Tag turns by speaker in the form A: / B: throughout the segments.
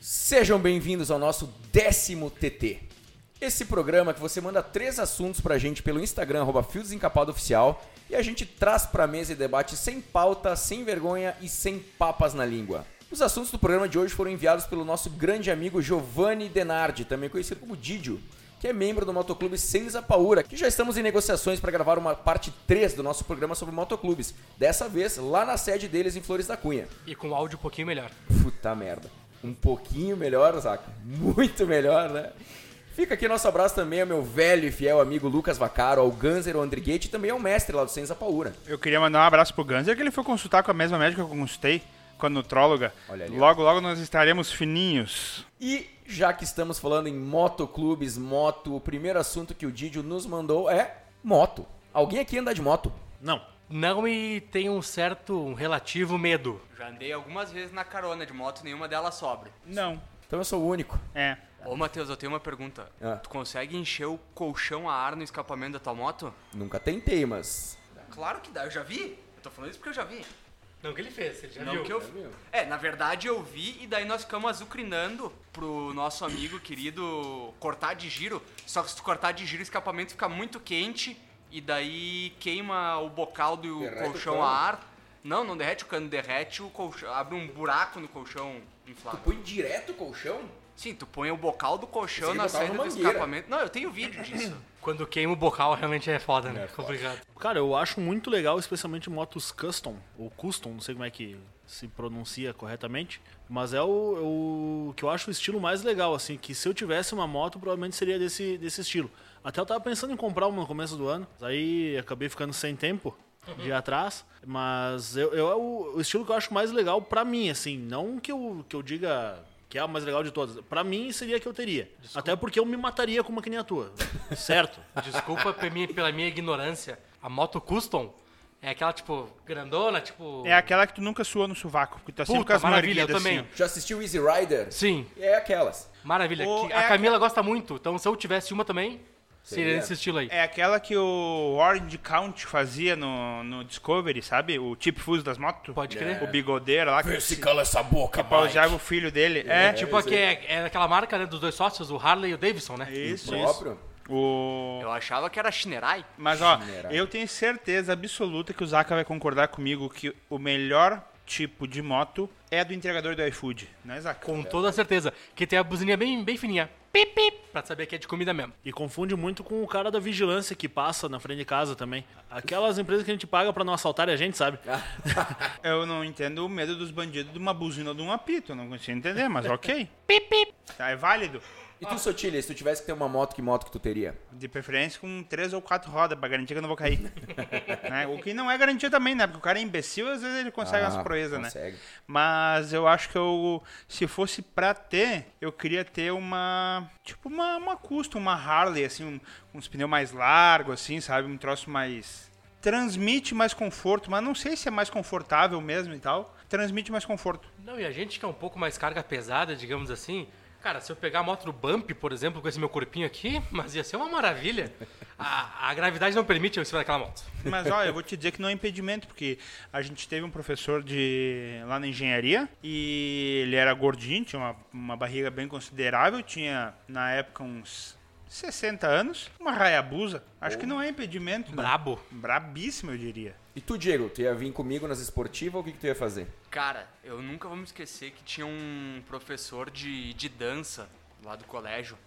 A: Sejam bem-vindos ao nosso décimo TT. Esse programa que você manda três assuntos pra gente pelo Instagram, arroba Fio Desencapado Oficial, e a gente traz pra mesa e debate sem pauta, sem vergonha e sem papas na língua. Os assuntos do programa de hoje foram enviados pelo nosso grande amigo Giovanni Denardi, também conhecido como Didio, que é membro do Motoclube Senza Paura, que já estamos em negociações para gravar uma parte 3 do nosso programa sobre motoclubes, dessa vez lá na sede deles em Flores da Cunha.
B: E com áudio um pouquinho melhor.
A: Puta merda. Um pouquinho melhor, Zaca. Muito melhor, né? Fica aqui nosso abraço também ao meu velho e fiel amigo Lucas Vacaro, ao Ganzer, ao Andriguete e também ao mestre lá do Senza Paura.
C: Eu queria mandar um abraço pro Ganser, que ele foi consultar com a mesma médica que eu consultei com a nutróloga.
A: Olha ali, ó.
C: logo, logo nós estaremos fininhos.
A: E já que estamos falando em motoclubes, moto, o primeiro assunto que o Didio nos mandou é moto. Alguém aqui anda de moto?
B: Não. Não me tem um certo, um relativo medo.
D: Já andei algumas vezes na carona de moto, nenhuma delas sobra.
C: Não.
A: Então eu sou o único.
C: É.
D: Ô, Matheus, eu tenho uma pergunta.
A: Ah.
D: Tu consegue encher o colchão a ar no escapamento da tua moto?
A: Nunca tentei, mas.
D: Claro que dá, eu já vi. Eu tô falando isso porque eu já vi.
B: Não que ele fez, ele já
D: Não que eu... É, na verdade eu vi e daí nós ficamos azucrinando pro nosso amigo querido cortar de giro. Só que se tu cortar de giro, o escapamento fica muito quente e daí queima o bocal do
A: Derrete o
D: colchão
A: cano.
D: a ar. Não, não derrete o cano, derrete o colchão. Abre um buraco no colchão inflável.
A: Põe direto o colchão?
D: Sim, tu põe o bocal do
A: Pensei
D: colchão
A: que
D: na
A: botava
D: saída do
A: uma é mangueira.
D: escapamento. Não, eu tenho vídeo disso.
B: Quando queima o bocal, realmente é foda, né? Complicado.
E: Cara, eu acho muito legal, especialmente motos custom, ou custom, não sei como é que se pronuncia corretamente, mas é o, o que eu acho o estilo mais legal, assim, que se eu tivesse uma moto, provavelmente seria desse, desse estilo. Até eu tava pensando em comprar uma no começo do ano, mas aí acabei ficando sem tempo de ir atrás, mas eu, eu- é o, o estilo que eu acho mais legal pra mim, assim, não que eu, que eu diga... Que é a mais legal de todas. Pra mim, seria a que eu teria. Até porque eu me mataria com uma que nem a tua. Certo?
B: Desculpa pe- minha- pela minha ignorância. A moto custom é aquela, tipo, grandona, tipo...
C: É aquela que tu nunca sua no sovaco, porque tu tá sempre com
B: Puta,
C: as mãos
B: maravilha, eu
C: erguidas,
B: também.
C: assim,
A: Já assistiu Easy Rider?
B: Sim,
A: É aquelas.
B: maravilha.
C: Ou
B: Que-
C: é
B: a Camila gosta muito, então se eu tivesse uma também, seria
A: Seria.
B: nesse estilo aí.
C: ó. É aquela que o Orange County fazia no, no Discovery, sabe? O Chip Fuso das motos.
B: Pode crer.
C: O bigodeiro lá, que
A: cala essa boca,
C: pausava o filho dele. É, tipo
B: Tipo, aqui é, é daquela marca né, dos dois sócios, o Harley e o Davidson, né?
C: isso, isso.
A: próprio? É
C: O...
D: Eu achava que era Shinerai.
C: Mas, ó,
A: Mineral.
C: eu tenho certeza absoluta que o Zaka vai concordar comigo que o melhor tipo de moto é do entregador do iFood, né, Zaka?
B: Com toda certeza. Que tem a buzininha bem, bem fininha. Pip, pip, pra saber que é de comida mesmo.
E: E confunde muito com o cara da vigilância que passa na frente de casa também. Aquelas empresas que a gente paga pra não assaltar a gente, sabe?
C: Eu não entendo o medo dos bandidos de uma buzina ou de um apito, eu não consigo entender, mas ok. Tá, é válido.
A: E tu, Sotilha, se tu tivesse que ter uma moto, que moto que tu teria?
C: De preferência com três ou quatro rodas, pra garantir que eu não vou cair. Né? O que não é garantia também, né? Porque o cara é imbecil, às vezes ele consegue
A: Ah,
C: umas proezas, né?
A: consegue.
C: Mas eu acho que eu, se fosse pra ter, eu queria ter uma, tipo uma, uma custom, uma Harley, assim, um- uns pneus mais largos, assim, sabe? Um troço mais... Transmite mais conforto, mas não sei se é mais confortável mesmo e tal. Transmite mais conforto.
B: Não, e a gente que é um pouco mais carga pesada, digamos assim. Cara, se eu pegar a moto do Bump, por exemplo, com esse meu corpinho aqui, mas ia ser uma maravilha. A, a gravidade não permite eu em cima daquela moto.
C: Mas olha, eu vou te dizer que não é impedimento, porque a gente teve um professor de lá na engenharia e ele era gordinho, tinha uma, uma barriga bem considerável, tinha na época uns 60 anos, uma raiabusa. Acho que não é impedimento, né?
B: Brabo.
C: Brabíssimo, eu diria.
A: E tu, Diego, tu ia vir comigo nas esportivas ou o que, que tu ia fazer?
D: Cara, eu nunca vou me esquecer que tinha um professor de, de dança lá do colégio.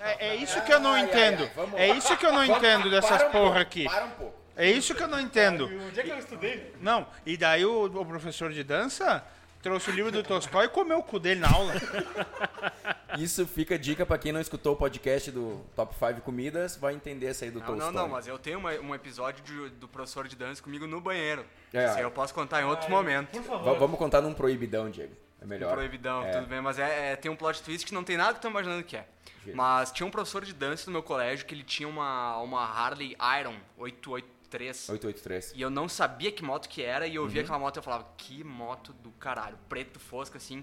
C: É, é isso que eu não
A: Ai, ai,
C: entendo.
A: ai, vamos lá.
C: É isso que eu não
D: Ah,
C: entendo dessas
A: Para um pouco,
C: porra aqui.
A: Para um pouco.
C: É isso que eu não entendo.
B: Onde é que eu estudei?
C: Não, e daí o, o professor de dança trouxe o livro do Tolstói e comeu o cu dele na aula.
A: Isso fica dica pra quem não escutou o podcast do Top 5 Comidas, vai entender essa aí do
D: Não,
A: Tolstói.
D: não, não, mas eu tenho uma- um episódio de- do professor de dança comigo no banheiro.
A: É.
D: Isso aí eu posso contar em outro momento.
A: Va- vamos contar num proibidão, Diego. É melhor.
D: Um Proibidão,
A: É.
D: tudo bem, mas é, é- tem um plot twist que não tem nada que eu tô imaginando que é.
A: Gê.
D: Mas tinha um professor de dança do meu colégio que ele tinha uma, uma Harley Iron 883.
A: 883.
D: E eu não sabia que moto que era, e eu via aquela moto e eu falava, que moto do caralho, preto, fosca, assim.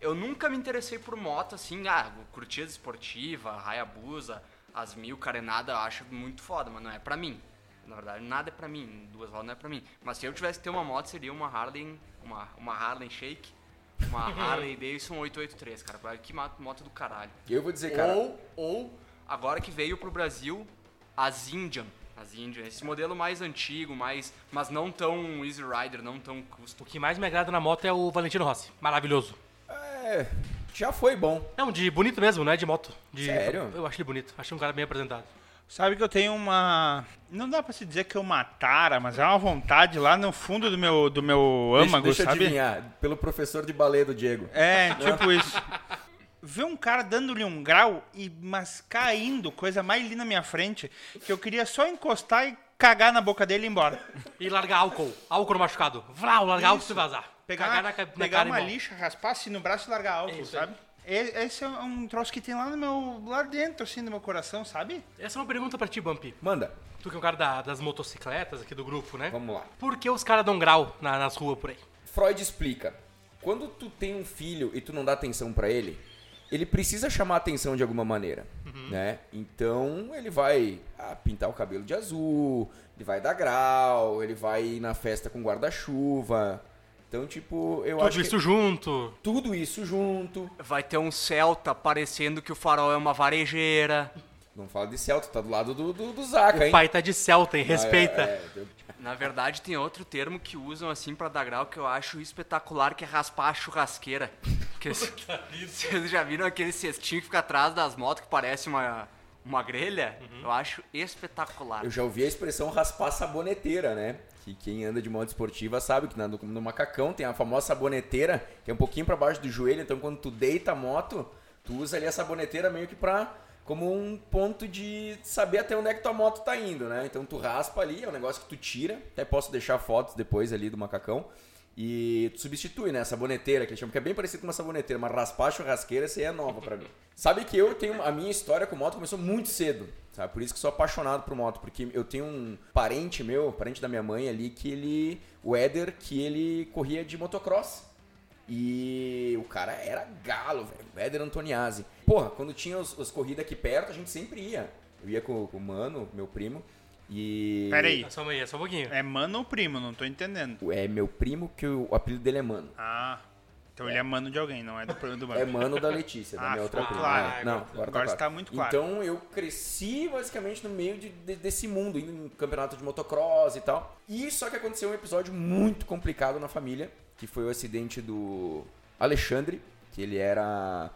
D: Eu nunca me interessei por moto, assim, ah, curtia as esportiva, Hayabusa, as mil, carenada, eu acho muito foda, mas não é pra mim. Na verdade, nada é pra mim, duas rodas não é pra mim. Mas se eu tivesse que ter uma moto, seria uma Harley, uma, uma Harley Shake, uma Harley Davidson 883, cara. Olha Que ma- moto do caralho.
A: Eu vou dizer, cara.
D: Ou, ou, agora que veio pro Brasil, as Indian. As Indian, esse modelo mais antigo, mais, mas não tão Easy Rider, não tão custo.
B: O que mais me agrada na moto é o Valentino Rossi. Maravilhoso.
A: É, já foi bom.
B: Não, de bonito mesmo, não é de moto. De-
A: Sério?
B: Eu acho ele bonito. Achei um cara bem apresentado.
C: Sabe que eu tenho uma. Não dá pra se dizer que eu matara, mas é uma vontade lá no fundo do meu, do meu âmago,
A: deixa, deixa eu
C: sabe?
A: adivinhar. Pelo professor de balé do Diego.
C: É, tipo isso. Ver um cara dando-lhe um grau e mas caindo, coisa mais linda na minha frente, que eu queria só encostar e cagar na boca dele e ir embora.
B: E largar álcool. Álcool no machucado. Vlau, largar álcool e se vazar.
C: Pegar,
B: Cagar na, ca- na
C: pegar
B: cara e
C: uma
B: mal.
C: lixa, raspar assim no braço e largar álcool,
B: isso aí.
C: sabe? E- Esse é um troço que tem lá no meu. lá dentro, assim, no meu coração, sabe?
B: Essa é uma pergunta pra ti, Bumpy.
A: Manda,
B: Tu que é um cara da- das motocicletas aqui do grupo, né?
A: vamos lá.
B: Por que os caras dão grau na- nas ruas por aí?
A: Freud explica. Quando tu tem um filho e tu não dá atenção pra ele, ele precisa chamar atenção de alguma maneira,
B: Uhum.
A: né? Então ele vai ah, pintar o cabelo de azul, ele vai dar grau, ele vai ir na festa com guarda-chuva. Então, tipo, eu acho
B: Tudo
A: que
B: isso junto.
A: tudo isso junto.
D: Vai ter um Celta parecendo que o farol é uma varejeira.
A: Não fala de Celta, tá do lado do, do, do Zaca, hein?
B: Pai tá de Celta, hein? Respeita.
A: É, é, eu-
D: Na verdade, tem outro termo que usam assim pra dar grau que eu acho espetacular, que é raspar a churrasqueira. Porque se- vocês já viram aquele cestinho que fica atrás das motos que parece uma, uma grelha? Eu acho espetacular.
A: Uhum. Eu já ouvi a expressão raspar saboneteira, né? Que quem anda de moto esportiva sabe que na- no, no macacão tem a famosa saboneteira, que é um pouquinho pra baixo do joelho, então quando tu deita a moto, tu usa ali a saboneteira meio que pra. como um ponto de saber até onde é que tua moto tá indo, né? Então tu raspa ali, é um negócio que tu tira, até posso deixar fotos depois ali do macacão. E tu substitui, né? A saboneteira, que eles chamam, que é bem parecido com uma saboneteira, mas raspar a churrasqueira, essa aí é nova pra mim. Sabe que eu tenho. A minha história com moto começou muito cedo, sabe? Por isso que sou apaixonado por moto, porque eu tenho um parente meu, parente da minha mãe ali, que ele. O Éder, que ele corria de motocross. E o cara era galo, velho. O Éder Antoniazzi. Porra, quando tinha os, as corridas aqui perto, a gente sempre ia. Eu ia com, com o Mano, meu primo. E.
C: Peraí.
B: É só uma- é só um pouquinho.
C: É mano ou primo? Não tô entendendo.
A: É meu primo que o, o apelido dele é Mano.
C: Ah. Então ele é mano de alguém, não é do problema do mano.
A: É mano da Letícia, da
C: Ah,
A: minha outra
C: ficou
A: prima.
C: claro.
A: né? Não, agora,
C: Agora
A: tá claro.
C: está muito claro.
A: Então eu cresci basicamente no meio de- de- desse mundo, indo em campeonato de motocross e tal. E só que aconteceu um episódio muito complicado na família, que foi o acidente do Alexandre, que ele era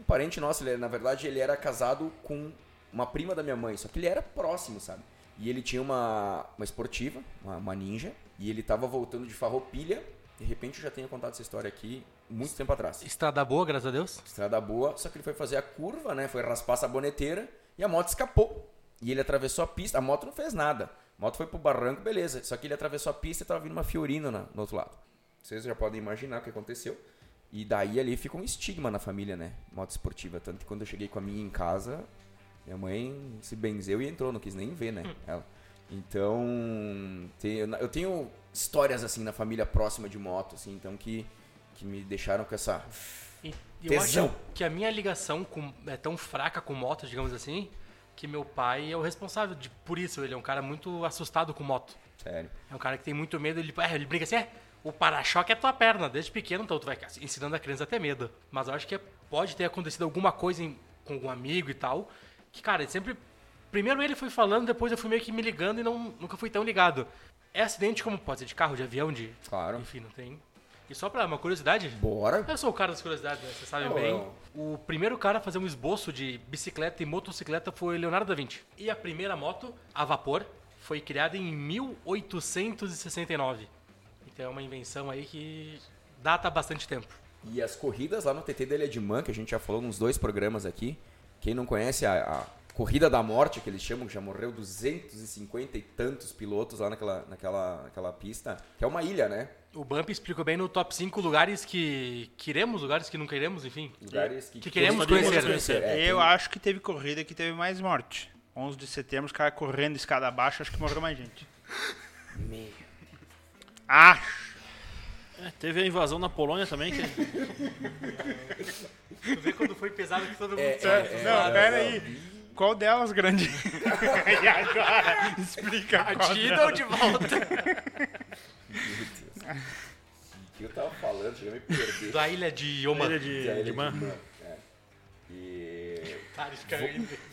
A: um parente nosso, ele, era- na verdade ele era casado com uma prima da minha mãe, só que ele era próximo, sabe? E ele tinha uma, uma esportiva, uma, uma ninja, e ele tava voltando de farroupilha. De repente eu já tenho contado essa história aqui muito tempo atrás.
B: Estrada boa, graças a Deus.
A: Estrada boa, só que ele foi fazer a curva, né? Foi raspar a saboneteira e a moto escapou. E ele atravessou a pista, a moto não fez nada. A moto foi pro barranco, beleza. Só que ele atravessou a pista e tava vindo uma Fiorino na- no outro lado. Vocês já podem imaginar o que aconteceu. E daí ali fica um estigma na família, né? Moto esportiva. Tanto que quando eu cheguei com a minha em casa, minha mãe se benzeu e entrou, não quis nem ver, né? Ela. Então, te- eu tenho histórias assim na família próxima de moto, assim, então que, que me deixaram com essa
B: E eu
A: Tesão.
B: acho que a minha ligação com- é tão fraca com moto, digamos assim, que meu pai é o responsável de- por isso. Ele é um cara muito assustado com moto.
A: sério.
B: É um cara que tem muito medo. Ele, é, ele brinca assim, é, o para-choque é tua perna. Desde pequeno, então tu vai ensinando a criança a ter medo. Mas eu acho que é- pode ter acontecido alguma coisa em- com algum amigo e tal, que, cara, ele sempre... Primeiro ele foi falando, depois eu fui meio que me ligando e não, nunca fui tão ligado. É acidente como pode ser de carro, de avião, de...
A: Claro.
B: Enfim, não tem... E só pra uma curiosidade,
A: Bora.
B: eu sou o cara das curiosidades, né? Vocês sabem
A: Eu-
B: bem. O primeiro cara a fazer um esboço de bicicleta e motocicleta foi Leonardo da Vinci. E a primeira moto, a vapor, foi criada em 1869. Então é uma invenção aí que data bastante tempo.
A: E as corridas lá no TT da Ilha de Man, que a gente já falou nos dois programas aqui. Quem não conhece a, a Corrida da Morte, que eles chamam, que já morreu 250 e tantos pilotos lá naquela, naquela, naquela pista, que é uma ilha, né?
B: O Bump explicou bem no top 5 lugares que queremos, lugares que não queremos, enfim.
A: Lugares que,
B: Que queremos
A: gostaríamos
B: conhecer,
A: de
B: né?
A: É,
C: eu
A: tem-
C: acho que teve corrida que teve mais morte. 11 de setembro, os caras correndo escada abaixo, acho que morreu mais gente. Acho.
E: É, teve a invasão na Polônia também, que
B: Tu vê quando foi pesado que todo mundo...
E: É,
C: não, pera aí. Qual delas, grande? e agora? Explica. qual
D: Tira ou de volta?
A: que eu tava falando? Cheguei a me perder.
B: Da ilha de Yoma.
E: é. Ilha de,
A: Da ilha
E: de Man.
A: É. E
B: Tá, ele fica-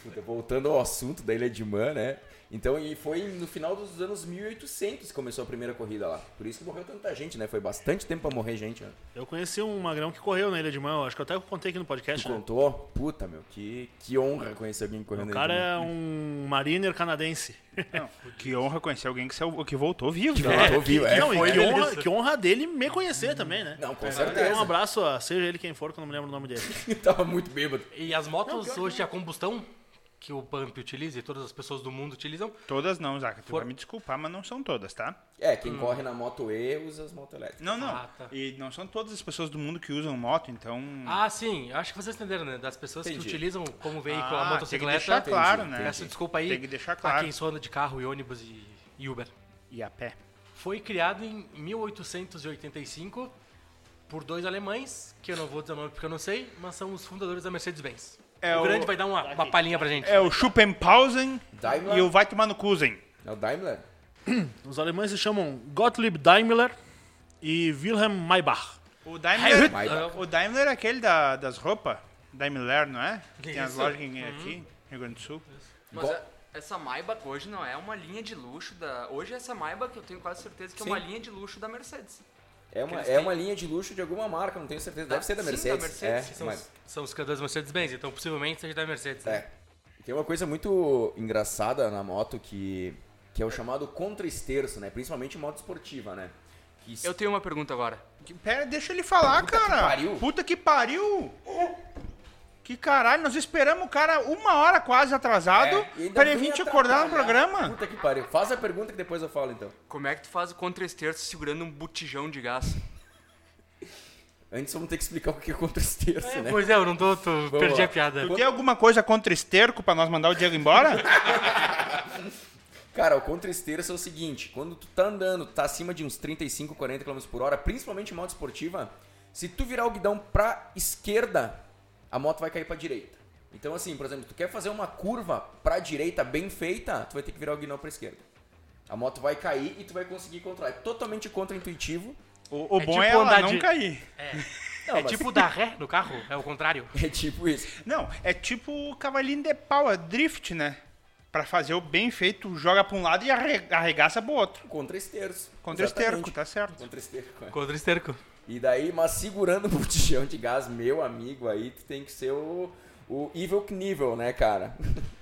A: Puta, voltando ao assunto da Ilha de Man, né? Então, e foi no final dos anos 1800 que começou a primeira corrida lá. Por isso que morreu tanta gente, né? Foi bastante tempo pra morrer gente, né?
E: Eu conheci um magrão que correu na Ilha de Man, eu acho que eu até contei aqui no
A: Tu
E: podcast. né?
A: contou? Puta, meu, que, que honra conhecer alguém correndo
E: O
A: na
E: cara
A: Ilha de Man.
E: é um mariner canadense.
C: Não, que honra conhecer alguém que, saiu- que voltou vivo.
A: Que
C: né?
A: voltou vivo, é.
E: não, e
B: foi
E: que
B: ele
E: honra,
B: mesmo.
E: que honra dele me conhecer também, né?
A: Não, com
E: Um
A: certeza.
E: abraço a seja ele quem for, que eu não me lembro o nome dele.
A: Tava muito bêbado.
B: E as motos hoje a combustão que o Pump utiliza e todas as pessoas do mundo utilizam,
C: Todas não, Zaca. Tu
B: For-
C: vai me desculpar, mas não são todas, tá?
A: É, quem corre na moto E usa as motos elétricas.
C: Não, não.
B: Ah, tá.
C: E não são todas as pessoas do mundo que usam moto, então.
B: Ah, sim, eu acho que vocês entenderam, né? Das pessoas
A: Entendi.
B: que utilizam como veículo a
C: Ah, tem que
B: motocicleta.
C: deixar claro,
A: entendi,
C: né?
B: Peço desculpa aí
C: Tem que deixar claro.
B: a quem só anda de carro e ônibus e, e Uber.
C: E a pé.
B: Foi criado em 1885 por dois alemães, que eu não vou dizer o nome porque eu não sei, mas são os fundadores da Mercedes-Benz.
C: É
B: o,
C: o-
B: grande vai dar uma, uma palhinha pra gente.
C: É o Schuppenpausen
A: Daimler?
C: e o Vai Tomar no Kusen.
A: É o Daimler?
E: Os alemães se chamam Gottlieb Daimler e Wilhelm Maybach.
C: O
B: Heil-
C: Daimler, o Daimler é aquele da- das roupas. Daimler, não é? Que tem as
B: Isso.
C: lojas aqui, aqui no Rio Grande do Sul.
D: Mas
A: Bom.
D: é- essa Maybach hoje não é uma linha de luxo da. Hoje essa Maybach eu tenho quase certeza que
A: Sim.
D: é uma linha de luxo da Mercedes.
A: É uma,
D: eles
A: é
D: têm.
A: uma linha de luxo de alguma marca, não tenho certeza. Deve
D: Ah,
A: ser da
D: sim, da
A: Mercedes.
D: Mercedes,
A: é,
B: São,
A: mas-
B: os, são os criadores da Mercedes-Benz, então possivelmente seja da Mercedes. né?
A: É. Tem uma coisa muito engraçada na moto que, que é o chamado contra-esterço, né? Principalmente em moto esportiva, né? Que
D: Eu tenho uma pergunta agora.
C: Que- Pera, deixa ele falar, cara.
A: pariu.
C: Puta que pariu. Que caralho, nós esperamos o cara uma hora quase atrasado
A: é, e ainda
C: pra ele
A: vem
C: vir te acordar no
A: atrapalhar.
C: programa.
A: Puta que pariu. Faz a pergunta que depois eu falo, então.
D: Como é que tu faz o contra-esterço segurando um botijão de gás?
A: Antes vamos ter que explicar o que é contra-esterço,
B: É,
A: né?
B: Pois é, eu não tô, tô- perdi
A: lá.
B: a piada.
C: Tu tem alguma coisa contra esterco pra nós mandar o Diego embora?
A: Cara, o contra-esterço é o seguinte. Quando tu tá andando, tá acima de uns 35, 40 km por hora, principalmente em moto esportiva, se tu virar o guidão pra esquerda, a moto vai cair pra direita. Então, assim, por exemplo, tu quer fazer uma curva pra direita bem feita, tu vai ter que virar o guidão pra esquerda. A moto vai cair e tu vai conseguir controlar. É totalmente contra-intuitivo.
C: O, o
B: É
C: bom
B: tipo
C: é ela
B: andar
C: não
B: de-
C: cair.
A: Não,
B: é
A: mas-
B: tipo dar ré no carro, é o contrário.
A: É tipo isso.
C: Não, é tipo o cavalinho de pau, é drift, né? Pra fazer o bem feito, joga pra um lado e arre- arregaça pro outro.
A: Contra-esterço.
C: Contra esterco,
A: Exatamente.
C: tá certo.
A: Contra-esterco, é.
B: Contra esterco.
A: E daí, mas segurando o botijão de gás, meu amigo, aí tu tem que ser o, o Evil Knievel, né, cara?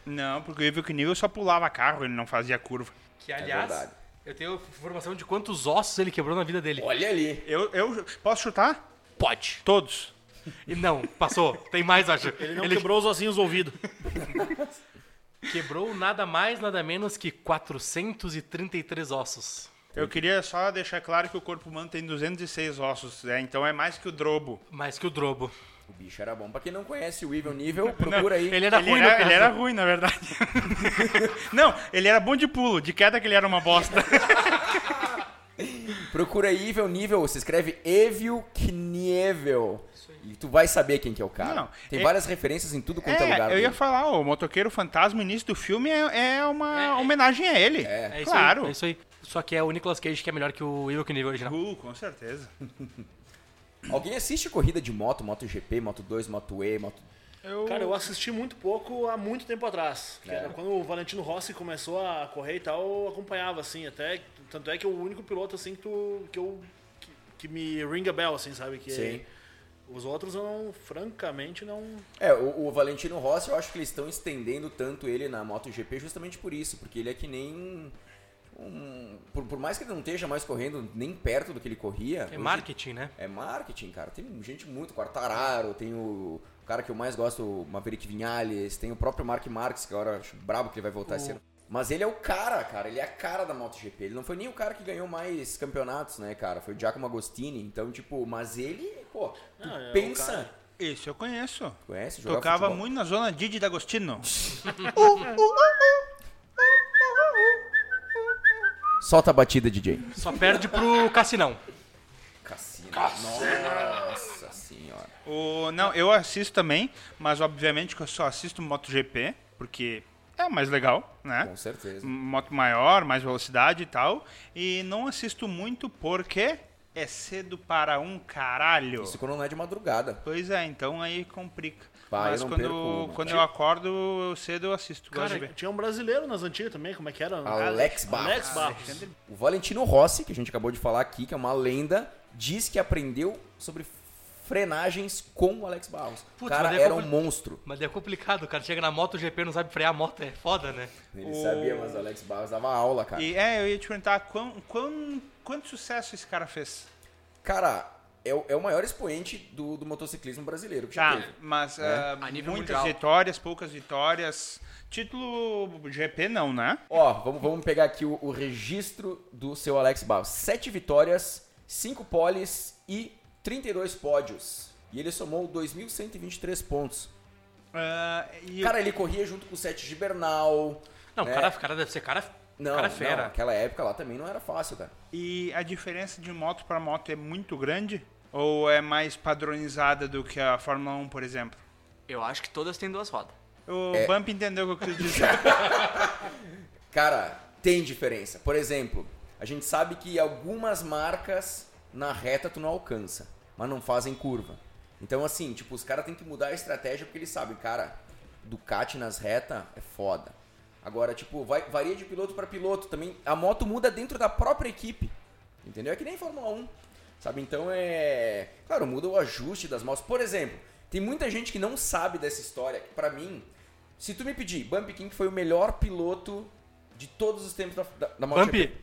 C: Não, porque o Evil Knievel só pulava carro, ele não fazia curva.
B: Que, aliás,
A: verdade.
B: eu tenho informação de quantos ossos ele quebrou na vida dele.
A: Olha ali.
C: Eu, eu posso chutar?
B: Pode.
C: Todos.
B: E não, passou. Tem mais, acho.
E: Ele não quebrou os ossinhos do ouvido.
B: quebrou nada mais, nada menos que 433 ossos.
C: Eu queria só deixar claro que o corpo humano tem 206 ossos, né? Então é mais que o drobo.
B: Mais que o Drobo.
A: O bicho era bom. Pra quem não conhece o Evil Knievel, procura aí.
B: Ele era
C: ele,
B: Tá ruim, no
C: era,
B: caso.
C: ele era ruim, na verdade. não, ele era bom de pulo, de queda que ele era uma bosta.
A: Procura aí Evil Knievel, se escreve Evil Knievel. E tu vai saber quem que é o cara.
C: Não,
A: tem
C: é-
A: várias referências em tudo quanto é, lugar.
C: É, eu ia
A: dele.
C: falar, ó, o motoqueiro fantasma, o início do filme é, é uma homenagem a ele.
B: É isso
C: claro.
B: Aí, é isso aí. Só que é o Nicolas Cage que é melhor que o Evil Knievel original.
C: Uh, com certeza.
A: Alguém assiste corrida de moto, moto GP, moto 2, moto E, moto...
E: Cara, eu assisti muito pouco há muito tempo atrás. Que
A: É.
E: era quando o Valentino Rossi começou a correr e tal, eu acompanhava, assim, até. Tanto é que é o único piloto, assim, que tu. que eu. que, que me ring a bell, assim, sabe? Que
A: Sim.
E: Os outros eu não, francamente, não.
A: É, o, o Valentino Rossi, eu acho que eles estão estendendo tanto ele na MotoGP justamente por isso, porque ele é que nem. um- por, por mais que ele não esteja mais correndo nem perto do que ele corria.
B: É
A: hoje-
B: marketing, né?
A: É marketing, cara. Tem gente muito. Quartararo, tem o, o cara que eu mais gosto, o Maverick Vinales, tem o próprio Mark Marques, que agora eu acho brabo que ele vai voltar esse ano. Mas ele é o cara, cara. Ele é a cara da MotoGP. Ele não foi nem o cara que ganhou mais campeonatos, né, cara? Foi o Giacomo Agostini. Então, tipo, mas ele, pô, tu
E: Não, é o
A: pensa.
E: cara.
C: Isso eu conheço.
A: Conhece? Jogava
C: Tocava
A: futebol.
C: muito na zona Didi D'Agostino.
A: Solta a batida, DJ.
B: Só perde pro Cassinão.
A: Cassino. Nossa senhora.
C: O, não, eu assisto também, mas obviamente que eu só assisto MotoGP, porque é o mais legal, né?
A: Com certeza.
C: Moto maior, mais velocidade e tal. E não assisto muito porque é cedo para um caralho.
A: Isso quando não é de madrugada.
C: Pois é, então aí complica.
A: Bah, eu
C: Mas
A: não perco
C: quando,
A: uma.
C: quando eu acordo cedo eu assisto. gosto de
E: Cara,
C: ver.
E: tinha um brasileiro nas antigas também, como é que era?
A: Alex Barros.
E: Alex Barros.
A: O Valentino Rossi, que a gente acabou de falar aqui, que é uma lenda, diz que aprendeu sobre frenagens com o Alex Barros. O
B: Putz,
A: cara
B: mas é
A: era um
B: compli-
A: monstro.
B: Mas é complicado, o cara chega na moto, o GP não sabe frear a moto, é foda, né?
A: Ele
C: O-
A: sabia, mas o Alex Barros dava aula, cara.
C: E é, eu ia te perguntar quão, quão, quanto sucesso esse cara fez.
A: Cara, é, o- é o maior expoente do, do motociclismo brasileiro que já
C: Tá,
A: teve.
C: mas ah,
D: A nível
C: muitas
D: mundial.
C: vitórias, poucas vitórias. Título GP não, né?
A: Ó, vamos, vamos pegar aqui o, o registro do seu Alex Barros. Sete vitórias, cinco poles e 32 pódios. E ele somou 2.123 pontos.
C: Ah, e
A: Cara, ele corria junto com o Sete Gibernal.
B: Não, o
A: É.
B: cara, o cara deve ser cara,
A: Não,
B: cara é
A: não,
B: fera.
A: aquela época lá também não era fácil, cara.
C: E a diferença de moto para moto é muito grande? Ou é mais padronizada do que a Fórmula 1, por exemplo?
D: Eu acho que todas têm duas rodas.
C: O
A: É.
C: Bump entendeu o que eu quis dizer.
A: Cara, tem diferença. Por exemplo, a gente sabe que algumas marcas na reta tu não alcança, mas não fazem curva. Então, assim, tipo, os caras têm que mudar a estratégia porque eles sabem, cara, Ducati nas reta é foda. Agora, tipo, vai- varia de piloto para piloto também. A moto muda dentro da própria equipe. Entendeu? É que nem Fórmula 1. Sabe? Então é. Claro, muda o ajuste das motos. Por exemplo, tem muita gente que não sabe dessa história. que Pra mim, se tu me pedir, Bump King foi o melhor piloto de todos os tempos da, da, da
B: Bump,
A: MotoGP.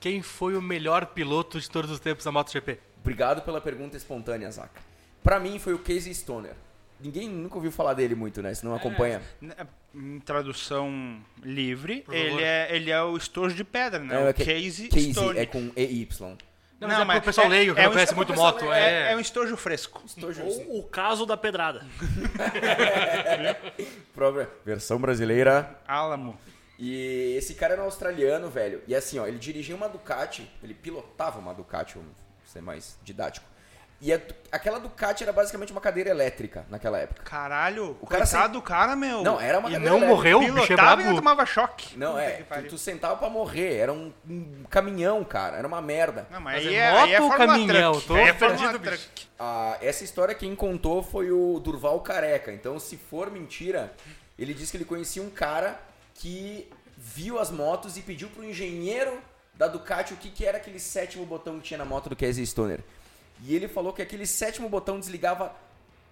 B: quem foi o melhor piloto de todos os tempos da MotoGP?
A: Obrigado pela pergunta espontânea, Zaca. Pra mim foi o Casey Stoner. Ninguém nunca ouviu falar dele muito, né? Se não acompanha.
C: em é, hum, tradução livre,
B: Por favor.
C: ele é, ele é o estojo de pedra, né?
A: Não,
C: o
A: É, que-
C: Casey,
A: Casey
C: Stone.
A: é com EY.
B: Não, mas é pro pessoal leigo, que não conhece
C: é
B: muito
C: pro pessoal
B: moto,
C: leigo,
B: é.
C: um estojo fresco.
A: Stoner.
E: Ou o caso da pedrada.
A: Própria Versão brasileira.
C: Álamo.
A: E esse cara era um australiano, velho. E assim, ó, ele dirigia uma Ducati, ele pilotava uma Ducati, vamos ser mais didático. E a Du- aquela Ducati era basicamente uma cadeira elétrica naquela época.
C: Caralho, o
A: cara
C: coitado do cara, meu.
A: Não, era uma
B: E
A: cadeira
B: não
A: elétrica.
B: morreu, o bicho é
C: Pilotava e ainda
B: brabo.
C: tomava choque.
A: Não,
C: Puta
A: é.
C: que
A: Tu,
C: pariu.
A: tu sentava pra morrer. Era um, um caminhão, cara. Era uma merda.
C: Não,
B: Mas
C: mas, aí
B: é
C: é, aí é
B: moto ou
C: Fórmula
B: caminhão?
C: Truck.
B: Tô
C: Aí é Fórmula
B: perdido,
C: Truck.
A: Ah, essa história quem contou foi o Durval Careca. Então, se for mentira, ele disse que ele conhecia um cara que viu as motos e pediu pro engenheiro da Ducati o que, que era aquele sétimo botão que tinha na moto do Casey Stoner. E ele falou que aquele sétimo botão desligava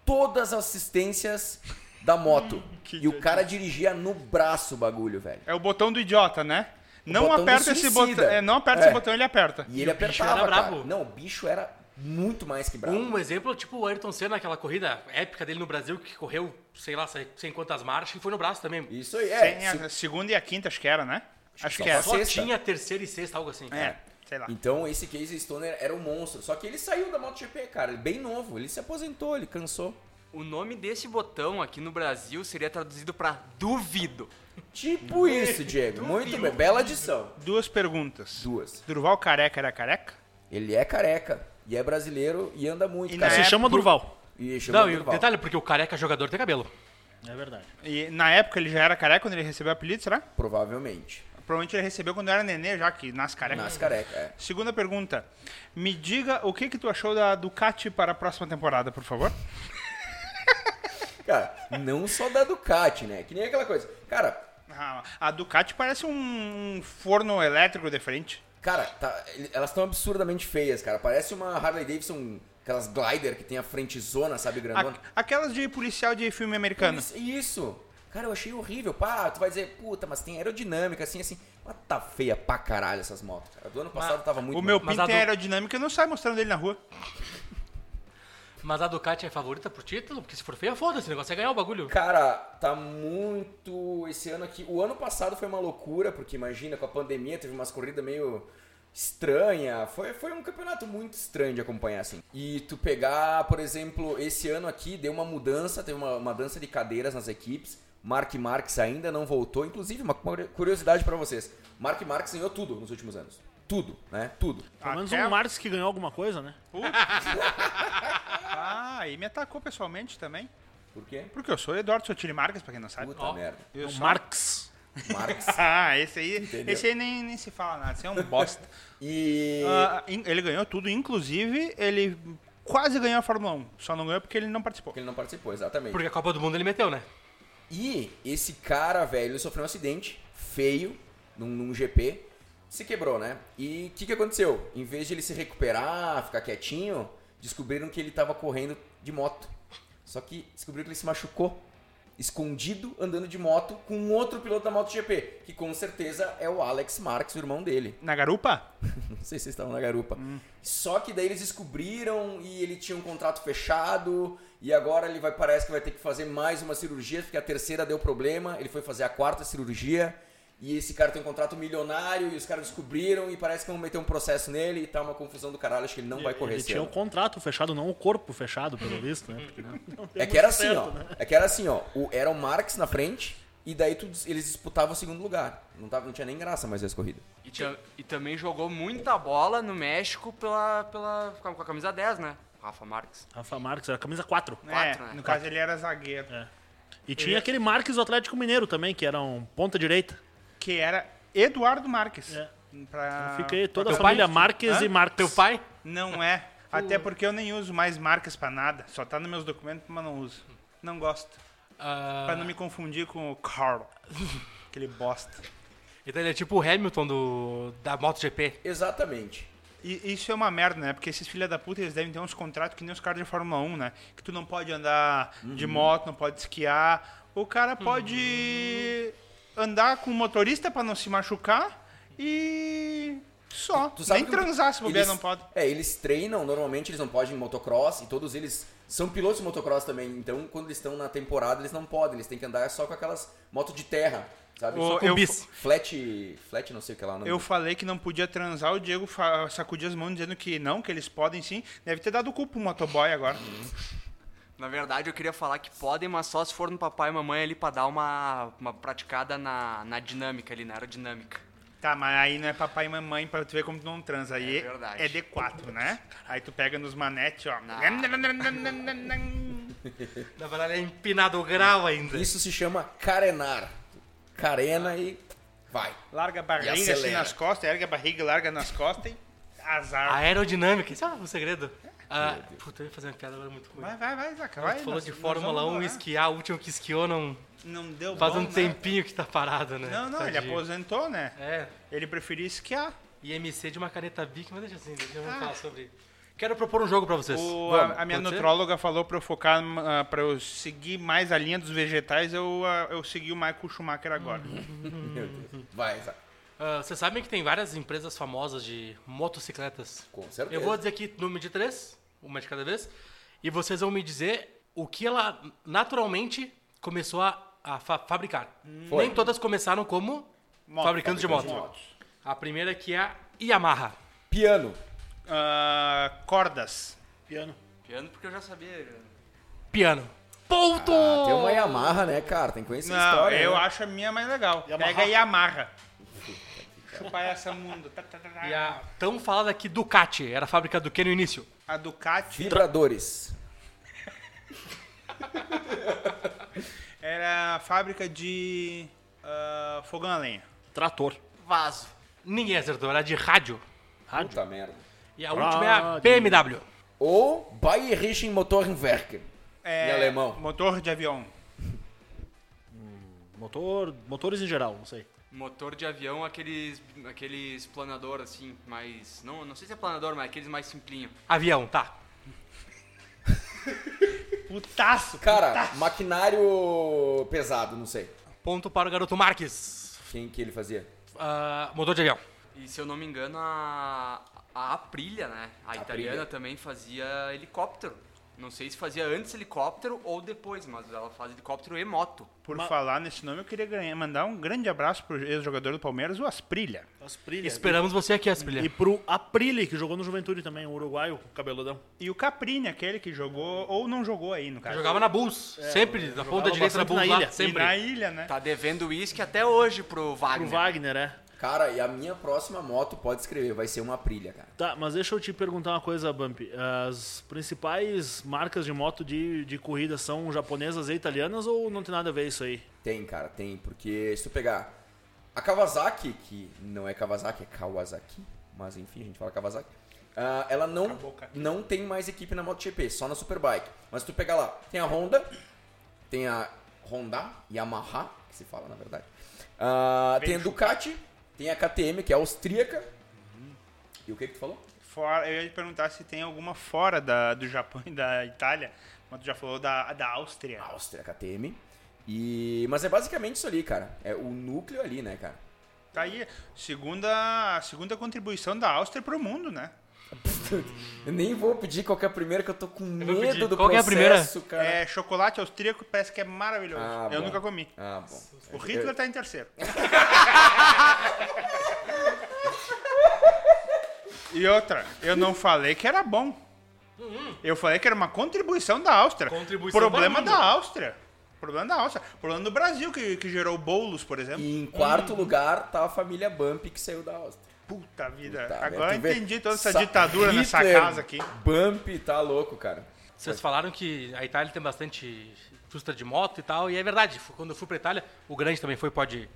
A: todas as assistências da moto. e o cara dirigia no braço o bagulho, velho.
C: É o botão do idiota, né? Não
A: botão do
C: aperta esse
A: suicida.
C: botão. é, não aperta
A: É.
C: esse botão, ele aperta.
A: E ele
B: o bicho
A: apertava,
B: era
A: cara.
B: brabo.
A: Não, o bicho era muito mais que brabo.
B: Um exemplo, tipo o Ayrton Senna, aquela corrida épica dele no Brasil, que correu, sei lá, sei sei quantas marchas, e foi no braço também.
A: Isso aí, é.
C: Tem
A: se-
C: a segunda e a quinta, acho que era, né? Acho
A: só
C: que era.
A: passou-
B: Só
A: sexta.
B: tinha terceira e sexta, algo assim.
C: É, sei lá.
A: Então esse Casey Stoner era um monstro. Só que ele saiu da MotoGP, cara. Ele bem novo. Ele se aposentou, ele cansou.
D: O nome desse botão aqui no Brasil seria traduzido pra duvido.
A: Tipo isso, Diego. Muito bem. Bela adição.
C: Duas perguntas.
A: Duas.
C: Durval careca era careca?
A: Ele é careca. E é brasileiro e anda muito,
C: E
A: cara.
C: na
E: Se
C: É,
E: chama
C: por-
E: Durval.
A: E chama
B: Não, e o
A: Durval.
B: detalhe, porque o careca jogador tem cabelo.
E: É verdade.
C: E na época ele já era careca quando ele recebeu o apelido, será?
A: Provavelmente.
C: Provavelmente ele recebeu quando era nenê, já que nasce careca.
A: Nas careca, é.
C: Segunda pergunta. Me diga o que que tu achou da Ducati para a próxima temporada, por favor?
A: Cara, não só da Ducati, né? Que nem aquela coisa. Cara,
C: Ah, A Ducati parece um forno elétrico de frente.
A: cara, tá- elas estão absurdamente feias, cara. Parece uma Harley Davidson, aquelas glider que tem a frente zona, sabe, grandona.
C: A- aquelas de policial de filme americano.
A: Isso, isso. Cara, eu achei horrível. Pá, tu vai dizer, puta, mas tem aerodinâmica, assim, assim. Mas tá feia pra caralho essas motos, cara. Do ano passado tava muito
C: O meu
A: bom.
B: Mas
C: pinto
B: a
C: é
B: Du-
C: aerodinâmica e não sai mostrando ele na rua.
B: Mas a Ducati é favorita pro título, porque se for feia, foda-se, o negócio é ganhar o bagulho.
A: Cara, tá muito... Esse ano aqui... O ano passado foi uma loucura, porque imagina, com a pandemia teve umas corridas meio estranha. Foi, foi um campeonato muito estranho de acompanhar, assim. E tu pegar, por exemplo, esse ano aqui deu uma mudança, teve uma, uma dança de cadeiras nas equipes. Mark Marques ainda não voltou. Inclusive, uma curi- curiosidade pra vocês. Mark Marques ganhou tudo nos últimos anos. Tudo, né? Tudo.
E: Pelo menos
C: Até-
E: um Marques que ganhou alguma coisa, né?
C: Ah, e me atacou pessoalmente também.
A: Por quê?
C: Porque eu sou Eduardo Sotile Marques, pra quem não sabe.
A: Puta merda.
C: Eu
E: Um
C: sou-
E: Marques.
A: Marx.
C: Ah, esse aí,
A: Entendeu?
C: esse aí nem, nem se fala nada, esse é um bosta.
A: E.
C: Ah, in- ele ganhou tudo, inclusive ele quase ganhou a Fórmula 1, só não ganhou porque ele não participou.
A: Porque ele não participou, exatamente.
B: Porque a Copa do Mundo ele meteu, né?
A: E esse cara, velho, ele sofreu um acidente feio num, num GP, se quebrou, né? E o que, que aconteceu? Em vez de ele se recuperar, ficar quietinho, descobriram que ele tava correndo de moto. Só que descobriram que ele se machucou, escondido, andando de moto com um outro piloto da MotoGP, que com certeza é o Alex Marques, o irmão dele.
C: Na garupa?
A: Não sei se vocês estavam na garupa. Só que daí eles descobriram e ele tinha um contrato fechado. E agora ele vai, parece que vai ter que fazer mais uma cirurgia, porque a terceira deu problema. Ele foi fazer a quarta cirurgia. E esse cara tem um contrato milionário e os caras descobriram e parece que vão meter um processo nele e tá uma confusão do caralho. Acho que ele não vai correr
E: Ele
A: esse
E: tinha um o
A: ano.
E: contrato fechado, não o corpo fechado, pelo visto, né? Porque não deu
A: É que era
E: muito
A: assim,
E: certo,
A: ó.
E: né?
A: É que era assim, ó. O, era o Marx na frente e daí tu- eles disputavam o segundo lugar. Não, tava, não tinha nem graça mais essa corrida.
D: E, tam- e também jogou muita bola no México pela, pela, com a- com a camisa 10, né? Rafa Marques.
E: Rafa Marques, era camisa 4.
D: Quatro,
C: é,
D: né?
C: no
D: Quatro.
C: caso ele era zagueiro.
E: E tinha aquele Marques do Atlético Mineiro também, que era um ponta direita.
C: Que era Eduardo Marques.
E: É.
C: Pra-
E: Fica aí toda a
C: pra-
E: família Marques
C: Ah, Hã?
E: e Marques.
B: Teu pai?
C: Não é. Até porque eu nem uso mais marcas pra nada. Só tá nos meus documentos, mas não uso. Não gosto.
B: Ah,
C: Pra não me confundir com o Carl. Aquele bosta.
B: Então ele é tipo o Hamilton do, da MotoGP.
A: Exatamente.
C: E isso é uma merda, né? Porque esses filha da puta, eles devem ter uns contratos que nem os caras de Fórmula 1, né? Que tu não pode andar de
A: Uhum.
C: moto, não pode esquiar. O cara pode andar com o motorista pra não se machucar e só.
A: Tu sabe
C: Nem
A: que o-
C: transar se bobear
A: eles-
C: não pode.
A: É, eles treinam, normalmente eles não podem em motocross e todos eles são pilotos de motocross também. Então, quando eles estão na temporada, eles não podem, eles têm que andar só com aquelas motos de terra, sabe?
C: Ô,
A: Só com
C: eu-
B: bis.
A: flat, flat não sei o que lá. o nome.
C: Eu falei que não podia transar, o Diego fa- sacudia as mãos dizendo que não, que eles podem sim. Deve ter dado o cu pro motoboy agora.
D: Na verdade, eu queria falar que podem, mas só se for no papai e mamãe ali pra dar uma, uma praticada na, na dinâmica ali, na aerodinâmica.
C: Tá, mas aí não é papai e mamãe pra tu ver como tu não transa. Aí
D: É verdade.
C: é D4, né? Aí tu pega nos manetes, ó.
D: Não.
B: Na verdade, ele é empinado ao grau ainda.
A: Isso se chama carenar. Carena e vai.
C: Larga a
A: E
C: barriga
A: acelera.
C: assim nas costas, ergue a barriga, larga nas costas e azar.
B: A aerodinâmica, isso é um segredo. Ah, puta, eu ia fazer uma piada agora muito ruim.
C: Vai, vai, vai, Zaca,
B: Quando
C: vai.
B: tu falou
C: nós-
B: de
C: nós
B: Fórmula
C: vamos
B: 1 e
C: lá.
B: esquiar, o último que esquiou não.
C: Não deu
B: Faz
C: bom,
B: um
C: né?
B: tempinho que tá parado, né?
C: Não, não, ele é
B: Tadinho.
C: aposentou, né?
B: É,
C: Ele preferia esquiar.
B: IMC de uma caneta Bic, mas deixa assim, deixa eu falar sobre. Quero propor um jogo pra vocês.
C: Ah. O, a, a minha
B: pode ser?
C: nutróloga falou pra eu focar, ah, pra eu seguir mais a linha dos vegetais, eu, ah, eu segui o Michael Schumacher agora.
B: Uhum.
C: Hum,
A: Meu Deus. Vai, Isaac.
B: Ah, vocês sabem que tem várias empresas famosas de motocicletas.
A: Com certeza.
B: Eu vou dizer aqui número de três, uma de cada vez, e vocês vão me dizer o que ela naturalmente começou a, a fa- fabricar.
A: Foi.
B: Nem todas começaram como
C: Hum. Moto,
B: fabricantes de moto.
C: fabricantes de
B: A primeira que é a Yamaha.
A: Piano.
C: Ah, cordas.
E: Piano.
D: Piano porque eu já sabia. já.
B: Piano. Ponto!
A: Ah, tem uma Yamaha, né, cara? Tem que conhecer a
C: Não,
A: história.
C: eu
A: né?
C: acho a minha mais legal.
E: Yamaha.
C: Pega e amarra. Chupar essa mundo. Tá, tá, tá, tá.
B: E a tão falada aqui Ducati, era a fábrica do que no início?
C: A Ducati
A: Vibradores.
C: era a fábrica de ah, fogão a lenha.
E: Trator.
D: Vaso.
B: Ninguém acertou, era de rádio.
A: Puta merda.
B: E a última é a BMW.
A: Ou Bayerische Motorenwerke.
C: É,
A: Em alemão.
C: Motor de avião.
E: Motor, motores em geral, não sei.
D: Motor de avião, aqueles, aqueles planador assim, mais. Não, não sei se é planador, mas aqueles mais simplinho.
B: Avião, tá.
C: Putaço.
A: Cara, maquinário pesado, não sei.
B: Ponto para o garoto Marques.
A: Quem que ele fazia?
B: Ah, motor de avião.
D: E se eu não me engano, a, a Aprilia, né? A italiana também fazia helicóptero. Não sei se fazia antes helicóptero ou depois, mas ela faz helicóptero e moto.
C: Por falar nesse nome, eu queria ganhar- mandar um grande abraço pro ex-jogador do Palmeiras, o Asprilha.
E: Asprilha.
B: Esperamos você aqui, Asprilha.
E: E pro Aprile, que jogou no Juventude também, um uruguaio, cabeludão.
C: E o Caprini, aquele que jogou ou não jogou aí, no caso.
B: Jogava na Bulls, sempre, na ponta direita da
E: É, bastante
B: Bulls
E: na
B: lá,
E: ilha.
C: E na
B: sempre.
C: ilha, né?
D: Tá devendo uísque até hoje pro
E: Pro
D: Wagner.
E: Wagner, é.
A: Cara, e a minha próxima moto, pode escrever, vai ser uma trilha, cara.
E: Tá, mas deixa eu te perguntar uma coisa, Bump. As principais marcas de moto de, de corrida são japonesas e italianas ou não tem nada a ver isso aí?
A: Tem, cara, tem. Porque se tu pegar A Kawasaki, que não é Kawasaki, é Kawasaki, mas enfim, a gente fala Kawasaki. ah, ela não,
C: Acabou, cara.
A: não tem mais equipe na MotoGP, só na Superbike. Mas se tu pegar lá, tem a Honda, tem a Honda, Yamaha, que se fala na verdade. Ah, tem a Ducati, tem a KTM, que é austríaca. E o que que tu falou?
C: Fora, eu ia te perguntar se tem alguma fora da, do Japão e da Itália, mas tu já falou da, da Áustria.
A: Áustria, KTM. E... Mas é basicamente isso ali, cara. É o núcleo ali, né, cara?
C: Tá aí, segunda, segunda contribuição da Áustria pro mundo, né?
A: Eu nem vou pedir qual que é a primeira, que eu tô com
B: vou
A: medo
B: pedir.
A: do
B: Qual que é a
A: processo, cara.
C: É chocolate austríaco, parece que é maravilhoso.
A: Ah,
C: eu
A: bom.
C: nunca comi.
A: Ah, bom.
C: O Hitler tá em terceiro. e outra, eu não falei que era bom.
A: Uhum.
C: Eu falei que era uma contribuição da Áustria.
B: Contribuição para
C: Problema
B: o
C: da
B: mundo.
C: Áustria. Problema da Áustria. Problema do Brasil, que, que gerou bolos, por exemplo.
A: E em quarto lugar tá a família Bump que saiu da Áustria.
C: Puta vida.
A: Puta
C: Agora eu
A: merda, tu vê,
C: entendi toda essa
A: Sa-
C: ditadura nessa
A: Hitler,
C: casa aqui.
A: Bump tá louco, cara.
B: Vocês falaram que a Itália tem bastante indústria de moto e tal, e é verdade. Fu- Quando eu fui pra Itália, o Grande também foi, pode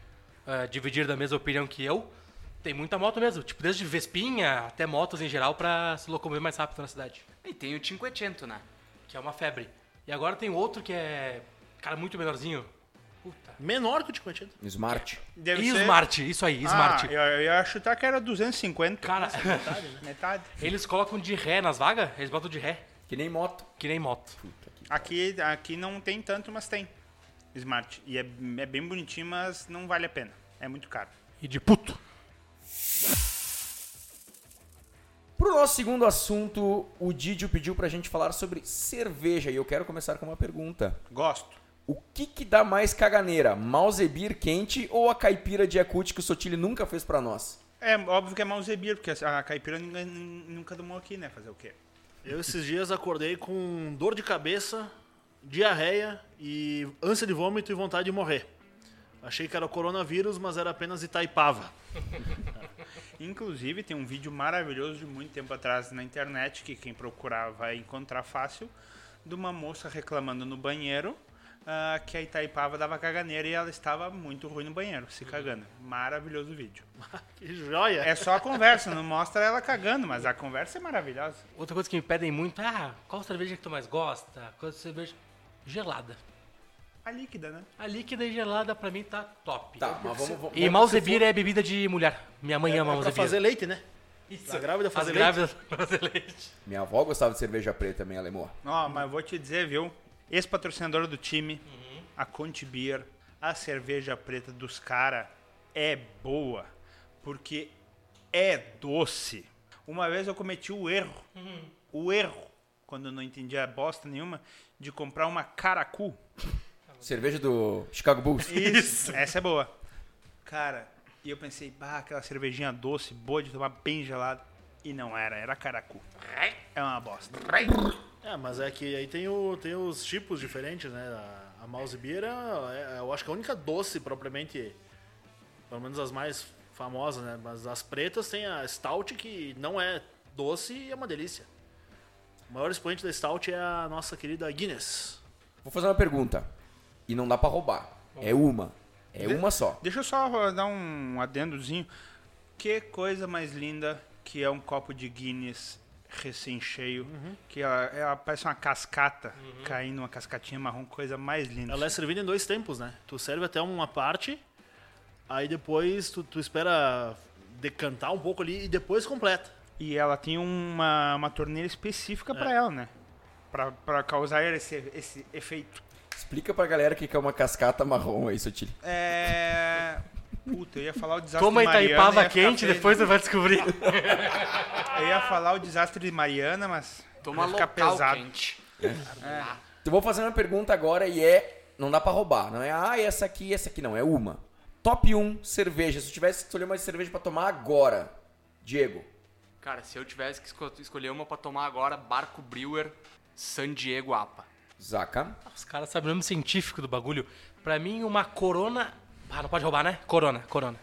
B: eh, dividir da mesma opinião que eu. Tem muita moto mesmo, tipo, desde Vespinha até motos em geral pra se locomover mais rápido na cidade,
D: E tem o Cinquecento, né?
B: que é uma febre. E agora tem outro que é, cara, muito menorzinho. Puta.
E: Menor que o Ticotinho.
A: Smart.
C: Deve
B: e
C: ser-
B: Smart, isso aí, Smart.
C: Ah, eu, eu ia chutar que era 250.
B: Cara,
C: Metade. né?
B: eles colocam de ré nas vagas, eles botam de ré,
A: Que nem moto.
B: que nem moto.
A: Puta que...
C: Aqui, aqui não tem tanto, mas tem. Smart. E é, é bem bonitinho, mas não vale a pena. É muito caro.
B: E de puto.
A: Pro nosso segundo assunto, o Didio pediu pra gente falar sobre cerveja. E eu quero começar com uma pergunta.
C: Gosto.
A: O que que dá mais caganeira? Malzebir quente ou a caipira de Yakut que o Sotile nunca fez pra nós?
C: É óbvio que é Malzebir, porque a caipira ninguém- nunca tomou aqui, né? Fazer o quê?
E: Eu esses dias acordei com dor de cabeça, diarreia e ânsia de vômito e vontade de morrer. Achei que era o coronavírus, mas era apenas Itaipava.
C: Inclusive, tem um vídeo maravilhoso de muito tempo atrás na internet, que quem procurar vai encontrar fácil, de uma moça reclamando no banheiro ah, que a Itaipava dava caganeira e ela estava muito ruim no banheiro, se cagando. Maravilhoso vídeo.
E: Que joia!
C: É só a conversa, não mostra ela cagando, mas a conversa é maravilhosa.
B: Outra coisa que me pedem muito, ah, qual cerveja que tu mais gosta? Qual cerveja gelada?
C: A líquida, né?
B: A líquida e gelada pra mim tá top.
A: Tá, mas vamos... vamos
B: E Malzebir é bebida de mulher. Minha mãe ama
E: É pra
B: Malzebir.
E: fazer leite, né?
B: Isso.
E: pra grávida fazer
B: As
E: leite.
B: grávidas pra fazer leite.
A: Minha avó gostava de cerveja preta também, é alemão.
C: Ó, mas eu vou te dizer, viu? Ex-patrocinadora do time, a Conte Beer, a cerveja preta dos caras é boa, porque é doce. Uma vez eu cometi o erro, o erro, quando eu não entendia bosta nenhuma, de comprar uma caracu.
A: Cerveja do Chicago Bulls.
C: Isso. Essa é boa. Cara, e eu pensei, bah, aquela cervejinha doce, boa de tomar bem gelada. E não era, era caracu. É uma bosta.
E: É, mas é que aí tem, o, tem os tipos diferentes, né? A, a mouse beer é, é- eu acho que a única doce propriamente, pelo menos as mais famosas, né? Mas as pretas tem a stout que não é doce e é uma delícia. O maior expoente da stout é a nossa querida Guinness.
A: Vou fazer uma pergunta. E não dá pra roubar. É uma. É uma só.
C: Deixa eu só dar um adendozinho. Que coisa mais linda que é um copo de Guinness recém-cheio, que ela, ela parece uma cascata caindo, uma cascatinha marrom, coisa mais linda.
E: Ela é servida em dois tempos, né? Tu serve até uma parte, aí depois tu, tu espera decantar um pouco ali e depois completa.
C: E ela tem uma, uma torneira específica pra ela, né? Pra, pra causar esse, esse efeito.
A: Explica pra galera o que que é uma cascata marrom aí, Sotile.
C: É... Puta, eu ia falar o desastre
B: Toma
C: de Mariana. é
B: Itaipava
C: ia ficar
B: quente,
C: feio.
B: depois você vai descobrir.
C: Eu ia falar o desastre de Mariana, mas...
D: Toma
C: vai ficar
D: local
C: pesado.
D: quente.
A: Eu Então, vou fazer uma pergunta agora e é. Não dá pra roubar. Não é, ah, essa aqui, essa aqui. Não, é uma. Top 1 cerveja. Se eu tivesse que escolher uma cerveja pra tomar agora, Diego.
D: Cara, se eu tivesse que esco- escolher uma pra tomar agora, Barco Brewer, San Diego APA.
A: Zaca.
B: Os caras sabem o nome científico do bagulho. Pra mim, uma corona. Ah, não pode roubar, né? Corona, corona.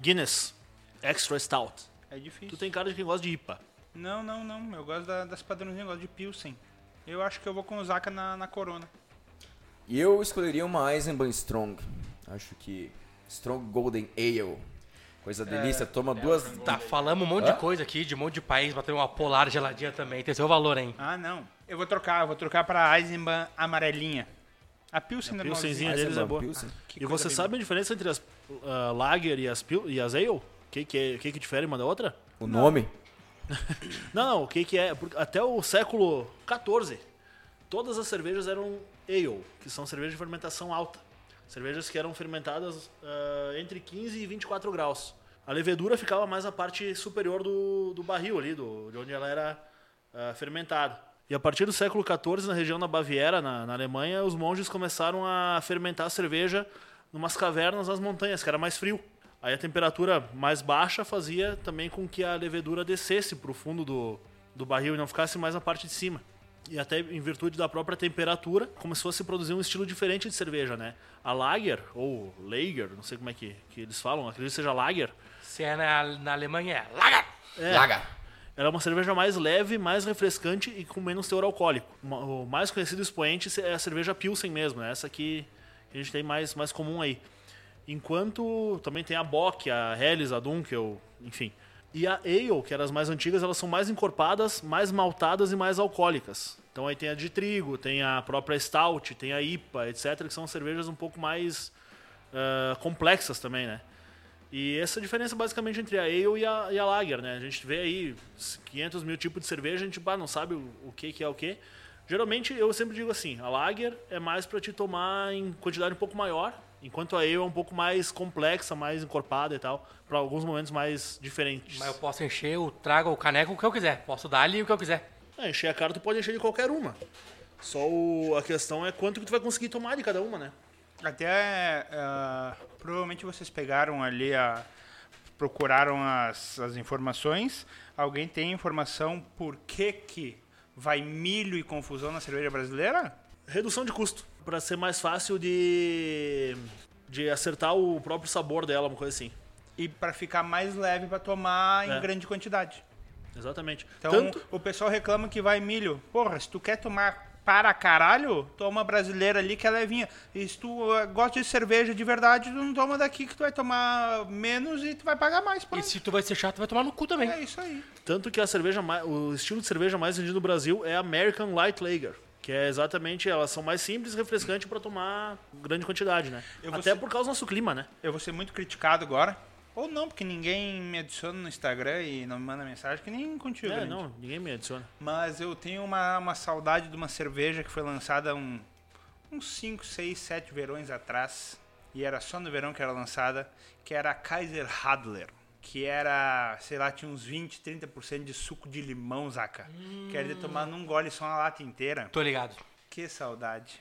E: Guinness, Extra Stout.
C: É difícil.
E: Tu tem cara de quem gosta de IPA.
C: Não, não, não. Eu gosto da- das padrãozinhas, eu gosto de Pilsen. Eu acho que eu vou com o Zaka na, na Corona.
A: E eu escolheria uma Eisenbahn Strong. Acho que Strong Golden Ale. Coisa delícia, toma duas.
B: Tá, falamos um monte
A: Hã?
B: de coisa aqui, de um monte de país, bateu uma polar geladinha também, tem seu valor, hein?
C: Ah, não. Eu vou trocar, eu vou trocar pra Eisenbahn amarelinha. A Pilsen
E: A
C: normalzinha.
E: Pilsenzinha deles é
A: Eisenbahn
E: boa.
A: Pilsen.
C: Ah, Que
E: E
C: coisa
E: você
C: bem
E: sabe a diferença entre as ah, Lager e as, pil- e as Ale? O que, que, é, o que, que difere uma da outra?
A: O nome?
E: Não, não, o que, que é? Por- Até o século XIV, todas as cervejas eram ale, que são cervejas de fermentação alta. Cervejas que eram fermentadas ah, entre 15 e 24 graus. A levedura ficava mais na parte superior do, do barril ali, do, de onde ela era ah, fermentada. E a partir do século XIV, na região da Baviera, na, na Alemanha, os monges começaram a fermentar a cerveja numas cavernas nas montanhas, que era mais frio. Aí a temperatura mais baixa fazia também com que a levedura descesse para o fundo do, do barril e não ficasse mais na parte de cima. E até em virtude da própria temperatura, começou a se produzir um estilo diferente de cerveja, né? A Lager, ou Lager, não sei como é que, que eles falam, acredito que seja Lager,
B: Se é na, na Alemanha, é Lager!
A: Laga.
E: ela é uma cerveja mais leve, mais refrescante e com menos teor alcoólico. Uma- O mais conhecido expoente é a cerveja Pilsen mesmo, né? essa que a gente tem mais, mais comum aí. Enquanto também tem a Bock, a Helles, a Dunkel, enfim. E a Ale, que eram as mais antigas, elas são mais encorpadas, mais maltadas e mais alcoólicas. Então aí tem a de trigo, tem a própria Stout, tem a IPA, etc., que são cervejas um pouco mais ah, complexas também, né? E essa é a diferença basicamente entre a Ale e a, e a Lager, né? A gente vê aí 500 mil tipos de cerveja, a gente bah, não sabe o, o que, que é o que. Geralmente, eu sempre digo assim, a Lager é mais para te tomar em quantidade um pouco maior, enquanto a Ale é um pouco mais complexa, mais encorpada e tal, para alguns momentos mais diferentes.
B: Mas eu posso encher o trago, o caneco, o que eu quiser. Posso dar ali o que eu quiser.
E: É, encher a cara tu pode encher de qualquer uma. Só o- a questão é quanto que tu vai conseguir tomar de cada uma, né?
C: Até ah, provavelmente vocês pegaram ali a procuraram as, as informações. Alguém tem informação por que que vai milho e confusão na cerveja brasileira?
E: Redução de custo. Pra ser mais fácil de. de acertar o próprio sabor dela, uma coisa assim.
C: E para ficar mais leve para tomar
E: É.
C: em grande quantidade.
E: Exatamente.
C: Então,
E: Tanto.
C: o pessoal reclama que vai milho. Porra, se tu quer tomar para caralho, toma brasileira ali que é levinha. E se tu ah, gosta de cerveja de verdade, tu não toma daqui que tu vai tomar menos e tu vai pagar mais.
B: E
C: Pronto.
B: se tu vai ser chato, vai tomar no cu também.
C: É isso aí.
E: Tanto que a cerveja mais, o estilo de cerveja mais vendido no Brasil é a American Light Lager, que é exatamente elas são mais simples, refrescante pra tomar grande quantidade, né?
C: Eu vou
E: Até
C: ser-
E: por causa do nosso clima, né?
C: Eu vou ser muito criticado agora. Ou não, porque ninguém me adiciona no Instagram e não me manda mensagem, que nem contigo.
E: É,
C: né?
E: não, ninguém me adiciona.
C: Mas eu tenho uma, uma saudade de uma cerveja que foi lançada um, uns 5, 6, 7 verões atrás. E era só no verão que era lançada, que era a Kaiser Radler. Que era, sei lá, tinha uns 20, 30% de suco de limão, saca?
E: Hum.
C: Quer dizer, tomar num gole só uma lata inteira.
B: Tô ligado.
C: Que saudade.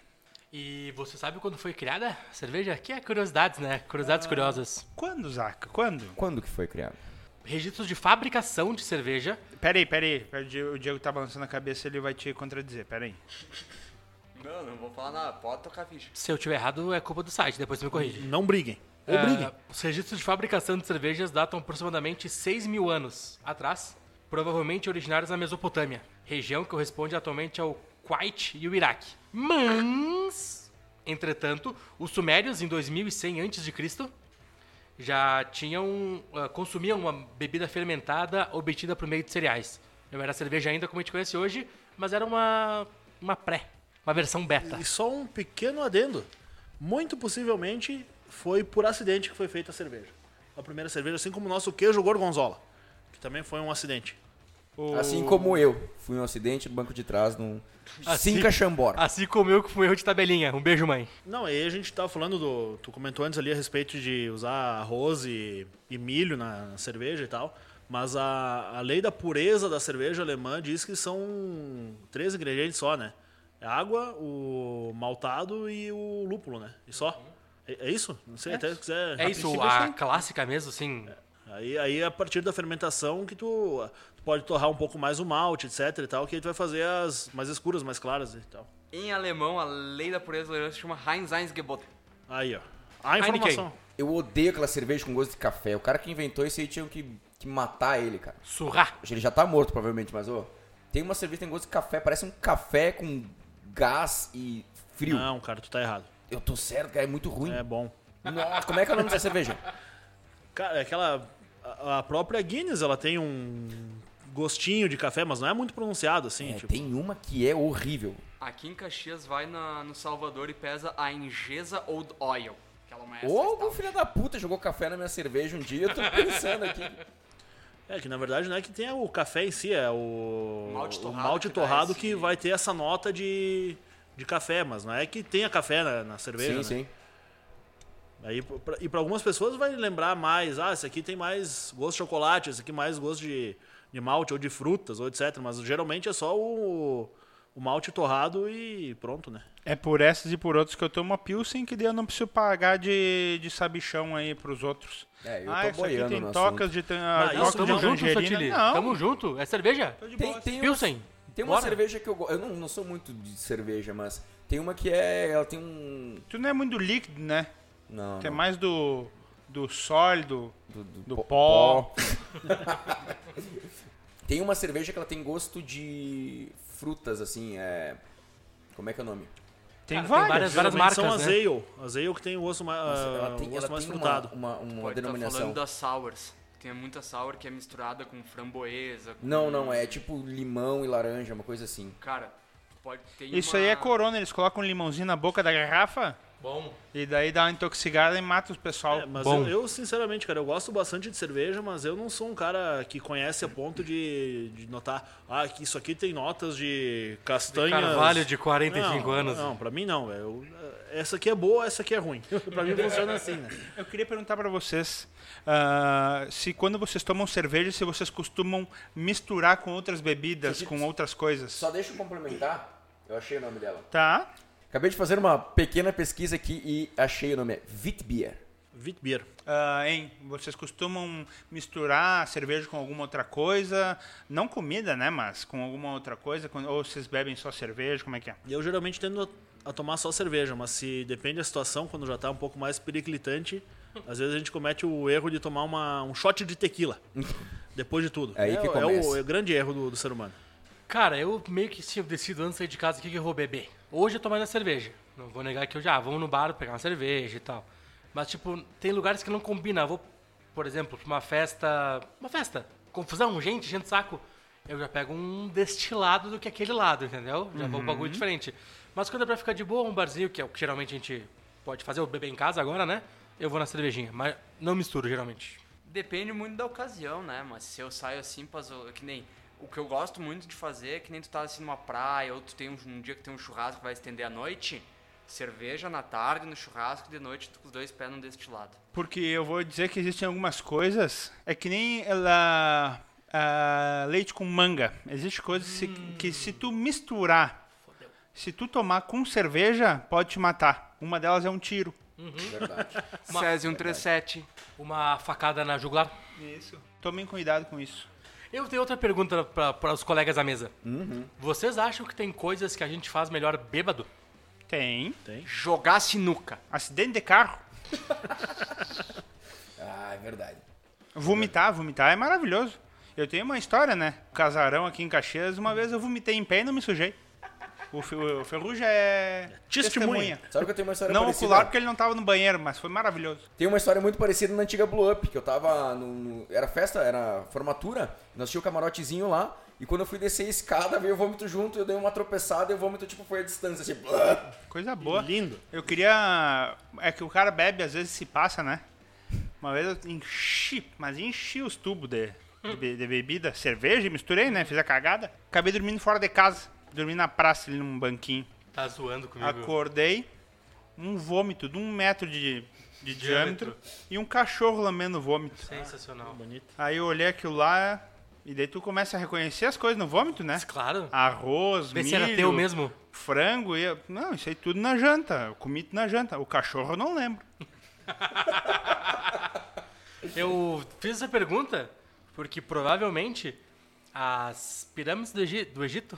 B: E você sabe quando foi criada a cerveja? Aqui é curiosidades, né? Curiosidades curiosas.
C: Quando, Zaca? Quando?
A: Quando que foi criado?
B: Registros de fabricação de cerveja.
C: Peraí, peraí. O Di- O Diego tá balançando a cabeça, ele vai te contradizer. Peraí.
D: Não, não vou falar nada, pode tocar ficha.
B: Se eu tiver errado, é culpa do site, depois você me corrige.
E: Não briguem. Ou
B: É,
E: briguem.
B: os registros de fabricação de cervejas datam aproximadamente 6 mil anos atrás, provavelmente originários da Mesopotâmia, região que corresponde atualmente ao Kuwait e o Iraque. Mas, entretanto, os sumérios em 2100 a.C. já tinham ah, consumiam uma bebida fermentada obtida por meio de cereais. Não era cerveja ainda como a gente conhece hoje, mas era uma uma pré, uma versão beta.
E: E só um pequeno adendo. Muito possivelmente foi por acidente que foi feita a cerveja. A primeira cerveja, assim como o nosso queijo gorgonzola, que também foi um acidente.
C: O-
A: Assim como eu, fui um acidente no banco de trás num
B: Assim-
A: Cinca Chambora.
B: Assim como eu que fui erro de tabelinha. Um beijo, mãe.
E: Não, aí a gente tava falando do. Tu comentou antes ali a respeito de usar arroz e, e milho na, na cerveja e tal. Mas a, a lei da pureza da cerveja alemã diz que são três ingredientes só, né? É água, o maltado e o lúpulo, né? E só. É, é isso? Não sei, até se quiser.
B: É isso,
C: princípio,
B: a
C: sim.
B: clássica mesmo, assim.
E: Aí, aí é a partir da fermentação que tu, tu pode torrar um pouco mais o malte, etc e tal, que aí tu vai fazer as mais escuras, mais claras e tal.
D: Em alemão, a lei da pureza da tolerância chama Heinz-Einz-Gebot.
E: Aí, ó. A
B: Heineken.
E: informação.
A: Eu odeio aquela cerveja com gosto de café. O cara que inventou isso aí tinha que, que matar ele, cara.
B: Surrar.
A: Ele já tá morto, provavelmente, mas ô. Tem uma cerveja que tem gosto de café, parece um café com gás e frio.
E: Não, cara, tu tá errado.
A: Eu tô certo, cara, é muito ruim.
E: É bom.
A: Nossa, como é que é o nome dessa cerveja?
E: Cara, é aquela. A a própria Guinness, ela tem um gostinho de café, mas não é muito pronunciado
A: É,
E: assim. tipo,
A: tem uma que é horrível.
D: Aqui em Caxias vai na- no Salvador e pesa a Engesa Old Oil. Que ela não é essa
A: Ô,
D: stout.
A: algum filho da puta jogou café na minha cerveja um dia, eu tô pensando aqui.
E: É que na verdade não é que tem o café em si, é o
D: O malte
E: o
D: torrado
E: malte
D: que dá
E: torrado
D: esse-
E: que vai ter essa nota de, de café, mas não é que tenha café na, na cerveja. né?
A: sim, sim.
E: Aí, pra- e para algumas pessoas vai lembrar mais, ah, esse aqui tem mais gosto de chocolate, esse aqui mais gosto de, de malte ou de frutas ou etc. Mas geralmente é só o, o malte torrado e pronto, né?
C: É por essas e por outras que eu tomo a Pilsen, que daí eu não preciso pagar de, de sabichão aí pros outros.
A: É, eu tô
C: ah, isso aqui
A: boiando
C: tem
A: no
C: tocas de, tan-
E: Ah,
C: tocas
E: isso,
C: de
B: tamo junto,
C: tangerina.
B: Sotile.
C: Não,
B: Tamo junto. É cerveja?
A: Tem, tem uma-
B: Pilsen.
A: Tem uma
B: Bora.
A: cerveja que eu gosto. Eu não, não sou muito de cerveja, mas tem uma que é. Ela tem um.
C: tu não é muito do líquido, né?
A: Não.
C: Tu é
A: Ah, não.
C: mais do, do sólido,
A: do, do
C: do
A: pó-
C: pó.
A: pó. Tem uma cerveja que ela tem gosto de frutas, assim. É... Como é que é o nome?
C: Tem
B: Cara, tem
C: várias.
B: várias- As marcas,
E: são
B: né?
E: as ale, as ale que tem o gosto mais,
A: ela
E: Ah, o
A: tem,
E: gosto
A: ela
E: mais
A: tem uma, um
E: frutado.
A: uma, uma
D: Pode tá
A: denominação.
D: falando das sours. Tem muita sour que é misturada com framboesa. com-
A: Não, não, é tipo limão e laranja, uma coisa assim.
D: Cara, pode ter
C: Isso aí é corona, eles colocam um limãozinho na boca da garrafa
B: Bom.
C: e daí dá uma intoxicada e mata os pessoal.
E: É, mas
B: Bom.
E: eu, eu, sinceramente, cara, eu gosto bastante de cerveja, mas eu não sou um cara que conhece a ponto de, de notar, ah, que isso aqui tem notas de castanhas.
B: Carvalho de 45
E: não,
B: anos.
E: Não, pra mim não, velho. Eu- Essa aqui é boa, essa aqui é ruim. pra mim funciona assim, né?
C: Eu queria perguntar pra vocês ah, se quando vocês tomam cerveja, se vocês costumam misturar com outras bebidas, com outras coisas.
A: Só deixa eu complementar. Eu achei o nome dela.
C: Tá?
A: Acabei de fazer uma pequena pesquisa aqui e achei o nome. É Witbier.
E: Vitbeer.
C: Ah, hein? Vocês costumam misturar cerveja com alguma outra coisa? Não comida, né? Mas com alguma outra coisa? Quando- Ou vocês bebem só cerveja? Como é que é?
E: Eu geralmente tendo a a tomar só cerveja, mas se depende da situação, quando já tá um pouco mais periclitante, às vezes a gente comete o erro de tomar uma, um shot de tequila. Depois de tudo.
A: É aí que
E: é, o,
A: começa.
E: é o grande erro do, do ser humano.
B: Cara, eu meio que sim, eu decido antes de sair de casa o que que eu vou beber. Hoje eu tô mais na cerveja. Não vou negar que eu já ah, vamos no bar pegar uma cerveja e tal. Mas, tipo, tem lugares que não combina. Eu vou, por exemplo, pra uma festa. Uma festa. Confusão, gente, gente, saco. Eu já pego um destilado do que aquele lado, entendeu? Já vou um bagulho diferente. Mas quando é pra ficar de boa, um barzinho, que é o que geralmente a gente pode fazer, ou beber em casa agora, né? Eu vou na cervejinha. Mas não misturo, geralmente.
D: Depende muito da ocasião, né? Mas se eu saio assim, pra zo- que nem. O que eu gosto muito de fazer é que nem tu tá assim numa praia, ou tu tem um, um dia que tem um churrasco que vai estender à noite, cerveja na tarde, no churrasco, de noite tu com os dois pés num destilado.
C: Porque eu vou dizer que existem algumas coisas. É que nem ela. ah, leite com manga. Existe coisas se- que se tu misturar, se tu tomar com cerveja, pode te matar. Uma delas é um tiro.
A: Verdade.
D: Césio 137.
B: Uma facada na jugular.
C: Isso. Tomem cuidado com isso.
B: Eu tenho outra pergunta para os colegas da mesa.
C: Uhum.
B: Vocês acham que tem coisas que a gente faz melhor bêbado?
C: Tem.
D: Jogar sinuca.
C: Acidente de carro.
A: ah, é verdade.
C: Vomitar, vomitar é maravilhoso. Eu tenho uma história, né? Casarão aqui em Caxias, uma vez eu vomitei em pé e não me sujei. O, Fe- o Ferruja é.
E: Testemunha.
A: Sabe que eu tenho uma história
C: Não
A: parecida?
C: ocular porque ele não tava no banheiro, mas foi maravilhoso.
A: Tem uma história muito parecida na antiga Blue Up, que eu tava no, no- Era festa, era formatura, nós tinha o camarotezinho lá, e quando eu fui descer a escada, veio o vômito junto, eu dei uma tropeçada e o vômito, tipo, foi a distância, assim... blá.
C: Coisa boa.
E: Lindo.
C: Eu queria. É que o cara bebe, às vezes se passa, né? Uma vez eu enchi, mas enchi os tubos de, de, be- de bebida, cerveja, e misturei, né? Fiz a cagada. Acabei dormindo fora de casa. Dormi na praça ali num banquinho.
B: Tá zoando comigo.
C: Acordei, um vômito de um metro de, de diâmetro
B: Diâmetro.
C: e um cachorro lamendo o vômito.
B: Sensacional.
E: Bonito.
C: Aí eu olhei aquilo lá e daí tu começa a reconhecer as coisas no vômito, né?
B: Mas claro.
C: Arroz,
B: Vê
C: milho,
B: se era teu mesmo.
C: frango e... eu- Não, isso aí tudo na janta. Eu comi tudo na janta. O cachorro eu não lembro.
B: Eu fiz essa pergunta porque provavelmente as pirâmides do, Egi- do Egito,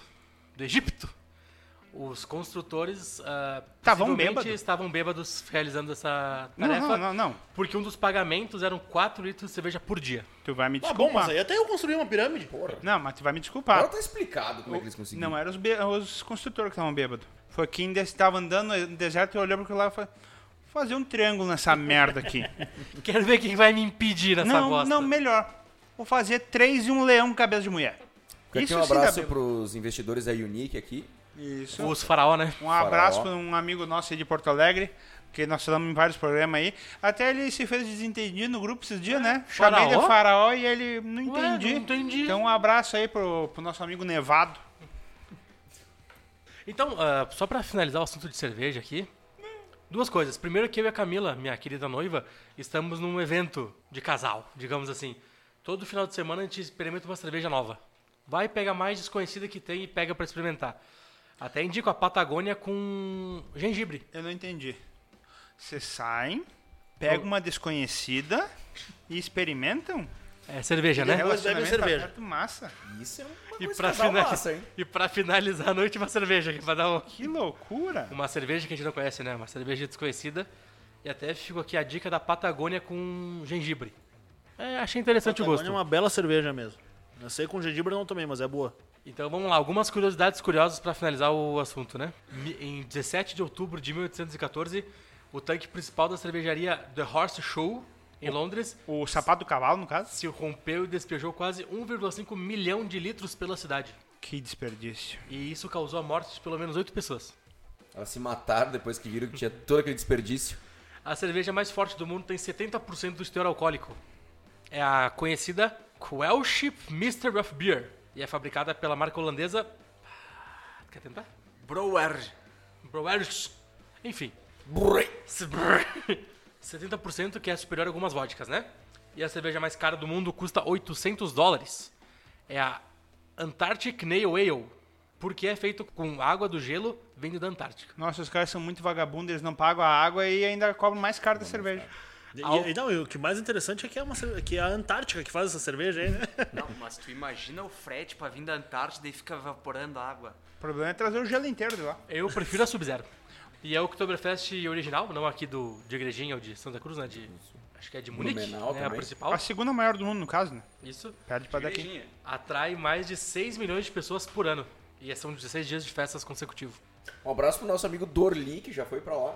B: do Egito, os construtores ah,
C: Estavam
B: possivelmente
C: bêbado.
B: estavam bêbados realizando essa
C: Não,
B: tarefa.
C: não, não, não.
B: Porque um dos pagamentos eram 4 litros de cerveja por dia.
C: Tu vai me
E: Tá
C: desculpar.
E: bom, mas aí até eu construí uma pirâmide.
A: Porra.
C: Não, mas tu vai me
A: Agora
C: desculpar.
A: tá explicado como é que eles conseguiram.
C: Não, eram os, bê- os construtores que estavam bêbados. Foi quem estava andando no deserto e olhou pra aquilo lá e falou... fazer um triângulo nessa merda aqui.
B: Quero ver quem vai me impedir nessa
C: não,
B: bosta.
C: não, melhor. Vou fazer três e um leão cabeça de mulher.
A: Fica aqui um
C: sim dá
A: abraço
C: bem.
A: pros investidores da Unique aqui.
C: Isso.
B: Os faraó, né?
C: Um abraço
A: Faraó.
C: para um amigo nosso aí de Porto Alegre, que nós falamos em vários programas aí. Até ele se fez desentendido no grupo esses dias, né? Chamei
B: Faraó?
C: ele de faraó e ele não entendi.
B: não entendi.
C: Então um abraço aí pro, pro nosso amigo Nevado.
B: Então, ah, só pra finalizar o assunto de cerveja aqui, duas coisas. Primeiro que eu e a Camila, minha querida noiva, estamos num evento de casal, digamos assim. Todo final de semana a gente experimenta uma cerveja nova. Vai pegar mais desconhecida que tem e pega pra experimentar. Até indico a Patagônia com gengibre.
C: Eu não entendi. Vocês saem, pegam uma desconhecida e experimentam?
B: É cerveja, né?
E: Elas bebem
C: Relacionamento
E: cerveja.
C: aberto, massa.
A: Isso é uma
B: E
A: coisa
B: pra,
A: casal
B: finali-
A: massa, hein?
B: e pra finalizar a noite, uma cerveja aqui pra dar um...
C: Que loucura.
B: Uma cerveja que a gente não conhece, né? Uma cerveja desconhecida. E até ficou aqui a dica da Patagônia com gengibre. É, achei interessante o gosto.
E: É uma bela cerveja mesmo. Eu sei com gengibre eu não tomei, mas é boa.
B: Então vamos lá, algumas curiosidades curiosas para finalizar o assunto, né? Mi- Em 17 de outubro de 1814, o tanque principal da cervejaria The Horse Show, em Londres,
C: O sapato do cavalo, no caso?
B: se rompeu e despejou quase 1,5 milhão de litros pela cidade.
C: Que desperdício.
B: E isso causou a morte de pelo menos 8 pessoas.
A: Elas se mataram depois que viram que tinha todo aquele desperdício.
B: A cerveja mais forte do mundo tem 70% do teor alcoólico. É a conhecida Welsh Mister of Beer. E é fabricada pela marca holandesa. Ah, Quer tentar?
D: Brower.
B: Brewers. Enfim. 70% que é superior a algumas vodkas, né? E a cerveja mais cara do mundo custa 800 dólares. É a Antarctic Nail Ale, porque é feito com água do gelo vindo da Antártica.
C: Nossa, os caras são muito vagabundos, eles não pagam a água e ainda cobram mais caro da cerveja.
E: E, e não, e o que mais interessante é que é, uma, cerve- que é a Antártica que faz essa cerveja aí, né?
D: Não, mas tu imagina o frete pra vir da Antártida e fica evaporando água.
C: O problema é trazer o gelo inteiro de lá.
B: Eu prefiro a Sub-Zero. E é o Oktoberfest original, não aqui do, de Igrejinha ou de Santa Cruz, né? De, acho que é de Munique,
A: Blumenau
B: né? A
A: também.
B: principal.
C: A segunda maior do mundo, no caso, né?
B: Isso.
C: Perde pra daqui.
B: Atrai mais de 6 milhões de pessoas por ano. E é, são 16 dias de festas consecutivos.
A: Um abraço pro nosso amigo Dorli, que já foi pra lá.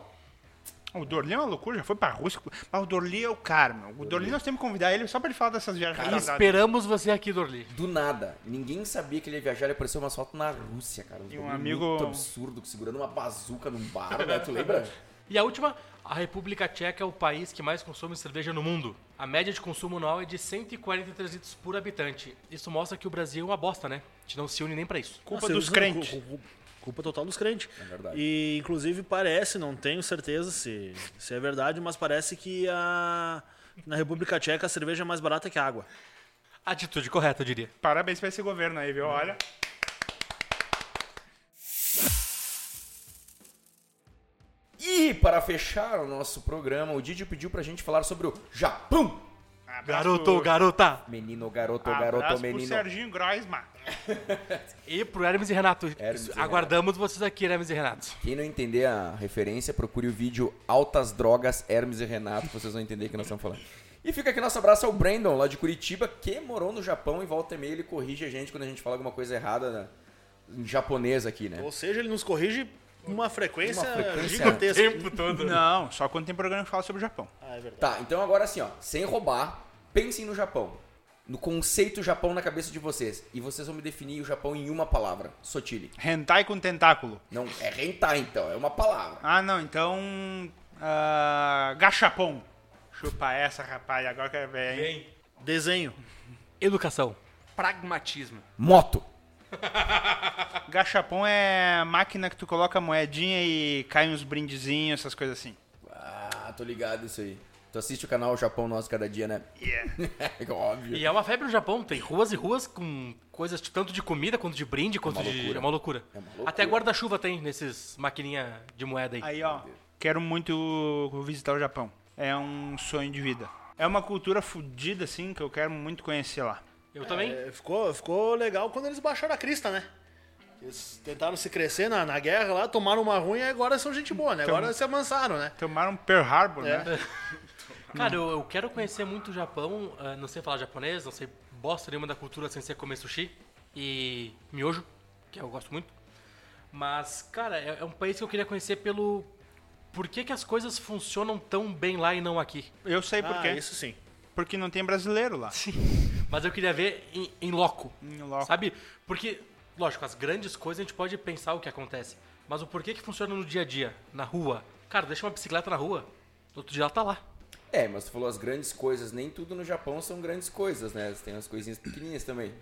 C: O Dorli é uma loucura, já foi pra Rússia. Mas o Dorli é o cara, meu. O Dorli nós temos que convidar ele só pra ele falar dessas viagens
B: E
C: retardadas.
B: esperamos você aqui, Dorli.
A: Do nada. Ninguém sabia que ele ia viajar. Ele apareceu umas fotos na Rússia, cara. Um,
C: E um
A: bagulho
C: amigo-
A: Muito absurdo, segurando uma bazuca num bar, né? Tu lembra?
B: E a última, a República Tcheca é o país que mais consome cerveja no mundo. A média de consumo anual é de 143 litros por habitante. Isso mostra que o Brasil é uma bosta, né? A gente não se une nem pra isso.
C: Culpa
E: Nossa,
C: dos
E: não,
C: crentes.
E: cu- cu- Culpa total dos crentes. É
A: verdade.
E: E, inclusive, parece, não tenho certeza se, se é verdade, mas parece que a, na República Tcheca a cerveja é mais barata que a água.
B: Atitude correta, eu diria.
C: Parabéns pra esse governo aí, viu? Olha.
A: E para fechar o nosso programa, o Didi pediu pra gente falar sobre o Japão.
C: Abraço
B: Garoto, garota!
A: Menino, garoto,
C: pro-
A: garoto,
C: abraço
A: menino.
C: pro Serginho Groisman.
B: E pro Hermes e Renato.
A: Hermes e
B: Aguardamos vocês aqui, Hermes e Renato.
A: Quem não entender a referência, procure o vídeo Altas Drogas, Hermes e Renato, que vocês vão entender o que nós estamos falando. E fica aqui nosso abraço ao Brandon, lá de Curitiba, que morou no Japão e volta e meia ele corrige a gente quando a gente fala alguma coisa errada na- em japonês aqui, né?
E: Ou seja, ele nos corrige com uma frequência,
A: Uma frequência
E: gigantesca.
B: todo.
C: Não, só quando tem programa que fala sobre o Japão.
E: Ah, é verdade.
A: Tá, então agora assim, ó, sem roubar, pensem no Japão. No conceito Japão na cabeça de vocês. E vocês vão me definir o Japão em uma palavra. Sotile.
C: Hentai com tentáculo.
A: Não, é rentar então, é uma palavra.
C: Ah, não, então. ah, gachapon. Chupa essa, rapaz. Agora eu quero ver, hein?
E: Desenho.
B: Educação.
D: Pragmatismo.
A: Moto.
C: Gachapon é máquina que tu coloca a moedinha e cai uns brindezinhos, essas coisas assim.
A: Ah, tô ligado isso aí. Tu assiste o canal Japão Nosso Cada Dia, né?
C: Yeah.
A: É óbvio.
B: E é uma febre no Japão, tem ruas e ruas com coisas de- tanto de comida quanto de brinde, quanto
A: uma
B: de.
A: loucura.
B: É uma loucura.
A: É uma loucura.
B: Até guarda-chuva tem nesses maquininha de moeda aí.
C: Aí, ó. Quero muito visitar o Japão. É um sonho de vida. É uma cultura fodida, assim, que eu quero muito conhecer lá.
B: Eu também.
E: É, ficou, ficou legal quando eles baixaram a crista, né? Eles tentaram se crescer na, na guerra lá, tomaram uma ruim e agora são gente boa, né?
C: Então-
E: Agora se amansaram, né?
C: Tomaram um Pearl Harbor,
E: É.
C: né?
B: Cara, eu, eu quero conhecer muito o Japão, ah, não sei falar japonês, não sei bosta nenhuma da cultura sem ser comer sushi e miojo, que eu gosto muito. Mas, cara, é, é um país que eu queria conhecer pelo por que, que as coisas funcionam tão bem lá e não aqui?
C: Eu sei por
E: ah,
C: quê.
E: isso sim.
C: Porque não tem brasileiro lá.
B: Mas eu queria ver em, em loco.
C: Em loco.
B: Sabe? Porque, lógico, as grandes coisas a gente pode pensar o que acontece. Mas o porquê que funciona no dia a dia, na rua. Cara, deixa uma bicicleta na rua, no outro dia ela tá lá.
A: É, mas tu falou as grandes coisas, nem tudo no Japão são grandes coisas, né? Tem umas coisinhas pequenininhas também.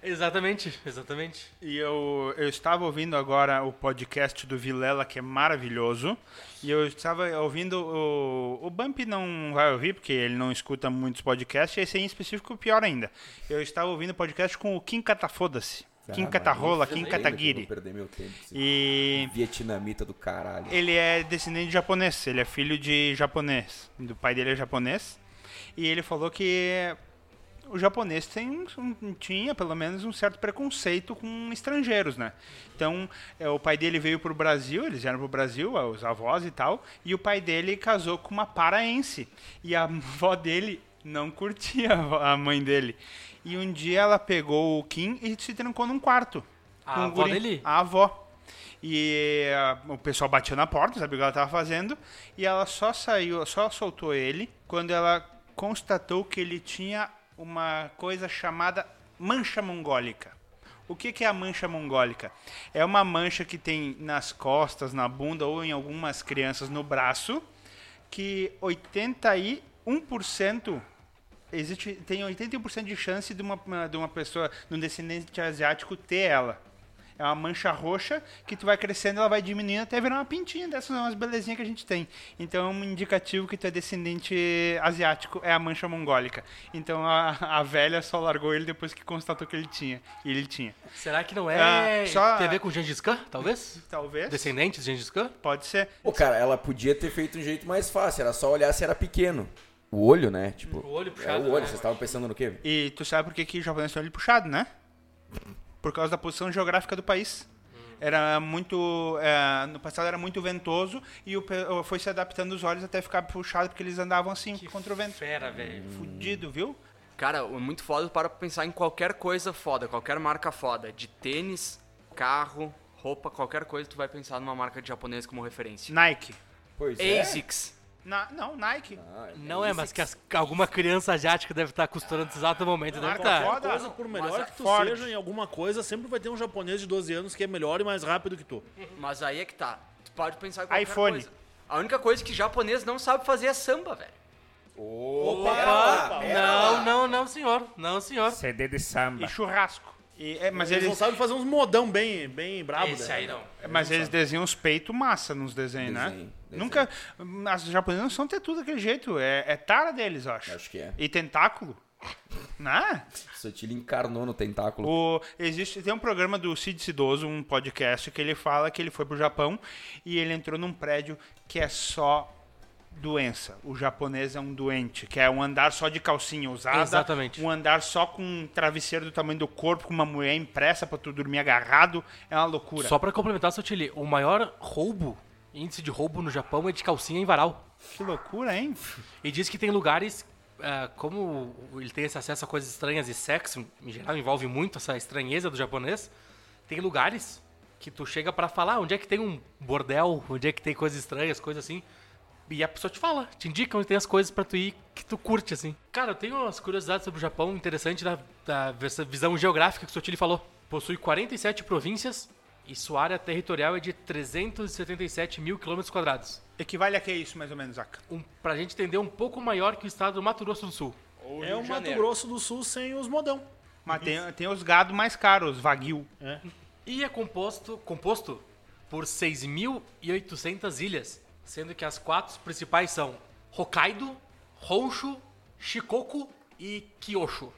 B: Exatamente, exatamente.
C: E eu, eu estava ouvindo agora o podcast do Vilela, que é maravilhoso. E eu estava ouvindo. O, o Bump não vai ouvir, porque ele não escuta muitos podcasts. E esse aí em específico, pior ainda. Eu estava ouvindo o podcast com o Kim Catafoda-se. Kim
A: Ah,
C: Catarrola,
A: mas eu
C: Kim
A: sei que eu
C: Kataguiri.
A: Vou perder meu tempo. esse
C: E
A: Vietnamita do caralho.
C: ele é descendente de japonês, ele é filho de japonês. Do pai dele é japonês. E ele falou que o japonês tem um- um- tinha pelo menos um certo preconceito com estrangeiros, né? Então, é, o pai dele veio pro Brasil, eles vieram pro Brasil, é, os avós e tal, e o pai dele casou com uma paraense. E a avó dele não curtia a avó- a mãe dele. E um dia ela pegou o Kim e se trancou num quarto.
B: A
C: com um o
B: avó dele?
C: A avó. E ah, o pessoal batia na porta, sabia o que ela estava fazendo, e ela só saiu, só soltou ele quando ela constatou que ele tinha uma coisa chamada mancha mongólica. O que, que é a mancha mongólica? É uma mancha que tem nas costas, na bunda ou em algumas crianças no braço, que 81% existe tem 81% de chance de uma, de uma pessoa, de um descendente asiático ter ela. É uma mancha roxa que tu vai crescendo, ela vai diminuindo até virar uma pintinha dessas umas belezinhas que a gente tem. Então é um indicativo que tu é descendente asiático, é a mancha mongólica. Então a, a velha só largou ele depois que constatou que ele tinha. E ele tinha.
B: Será que não é
C: Ah, só-
B: TV com Gengis Khan, talvez?
C: Talvez.
B: Descendentes de Gengis Khan?
C: Pode ser.
A: Pô, cara, ela podia ter feito um jeito mais fácil, era só olhar se era pequeno. O olho, né? Tipo,
B: O olho
A: é,
B: puxado,
A: o olho,
B: né?
A: vocês estavam pensando no quê?
C: E tu sabe por que, que os japoneses são olho puxado, né? Por causa da posição geográfica do país. Era muito. é, no passado era muito ventoso e o, pe- foi se adaptando os olhos até ficar puxado, porque eles andavam assim contra o vento. Hum.
B: Fera, velho.
C: Fudido, viu?
D: Cara, é muito foda para pensar em qualquer coisa foda, qualquer marca foda. De tênis, carro, roupa, qualquer coisa, tu vai pensar numa marca de japonês como referência.
C: Nike.
A: Pois é.
D: ASICS.
C: Na- não, Nike.
B: Não é, mas que as- alguma criança asiática deve estar costurando nesse exato momento. né, Deve
C: Marca
B: estar.
C: foda.
E: Coisa, por melhor
C: Mas
E: que tu
C: Ford.
E: seja em alguma coisa, sempre vai ter um japonês de 12 anos que é melhor e mais rápido que tu.
D: Mas aí é que tá. Tu pode pensar em qualquer
C: iPhone.
D: coisa. A única coisa que japonês não sabe fazer é samba, velho.
A: Opa!
B: Opa! Não, não, não, senhor. Não, senhor.
F: CD de samba.
C: E churrasco. E- é, mas
E: Eles não
C: eles,
E: sabem fazer uns modão bem, bem brabo. né?
B: não.
C: mas eles desenham os peitos massa nos desenhos,
A: Desenho,
C: né?
A: desenho.
C: Nunca. As japonesas não são ter tudo daquele jeito. É, é tara deles, eu acho.
A: Acho que é.
C: E tentáculo. Né?
A: Sotile encarnou no tentáculo.
C: O- existe, tem um programa do Cid Cidoso, um podcast, que ele fala que ele foi pro Japão e ele entrou num prédio que é só doença. O japonês é um doente, que é um andar só de calcinha usada.
B: Exatamente.
C: Um andar só com um travesseiro do tamanho do corpo, com uma mulher impressa pra tu dormir agarrado. É uma loucura.
B: Só pra complementar, seu Tilly, o maior roubo, índice de roubo no Japão é de calcinha em varal.
C: Que loucura, hein?
B: E diz que tem lugares, ah, como ele tem esse acesso a coisas estranhas e sexo, em geral envolve muito essa estranheza do japonês, tem lugares que tu chega pra falar onde é que tem um bordel, onde é que tem coisas estranhas, coisas assim. E a pessoa te fala, te indica onde tem as coisas pra tu ir que tu curte, assim. Cara, eu tenho umas curiosidades sobre o Japão interessantes da, da vers- visão geográfica que o Sotili falou. Possui 47 províncias e sua área territorial é de 377 mil quilômetros quadrados
C: Equivale a que é isso, mais ou menos, Aka?
B: um, pra gente entender, um pouco maior que o estado do Mato Grosso do Sul.
E: É o Mato Grosso do Sul sem os modão.
C: Mas tem, tem os gado mais caros, Wagyu.
B: E é composto, composto por 6.800 ilhas, sendo que as quatro principais são Hokkaido, Honshu, Shikoku e Kyosho.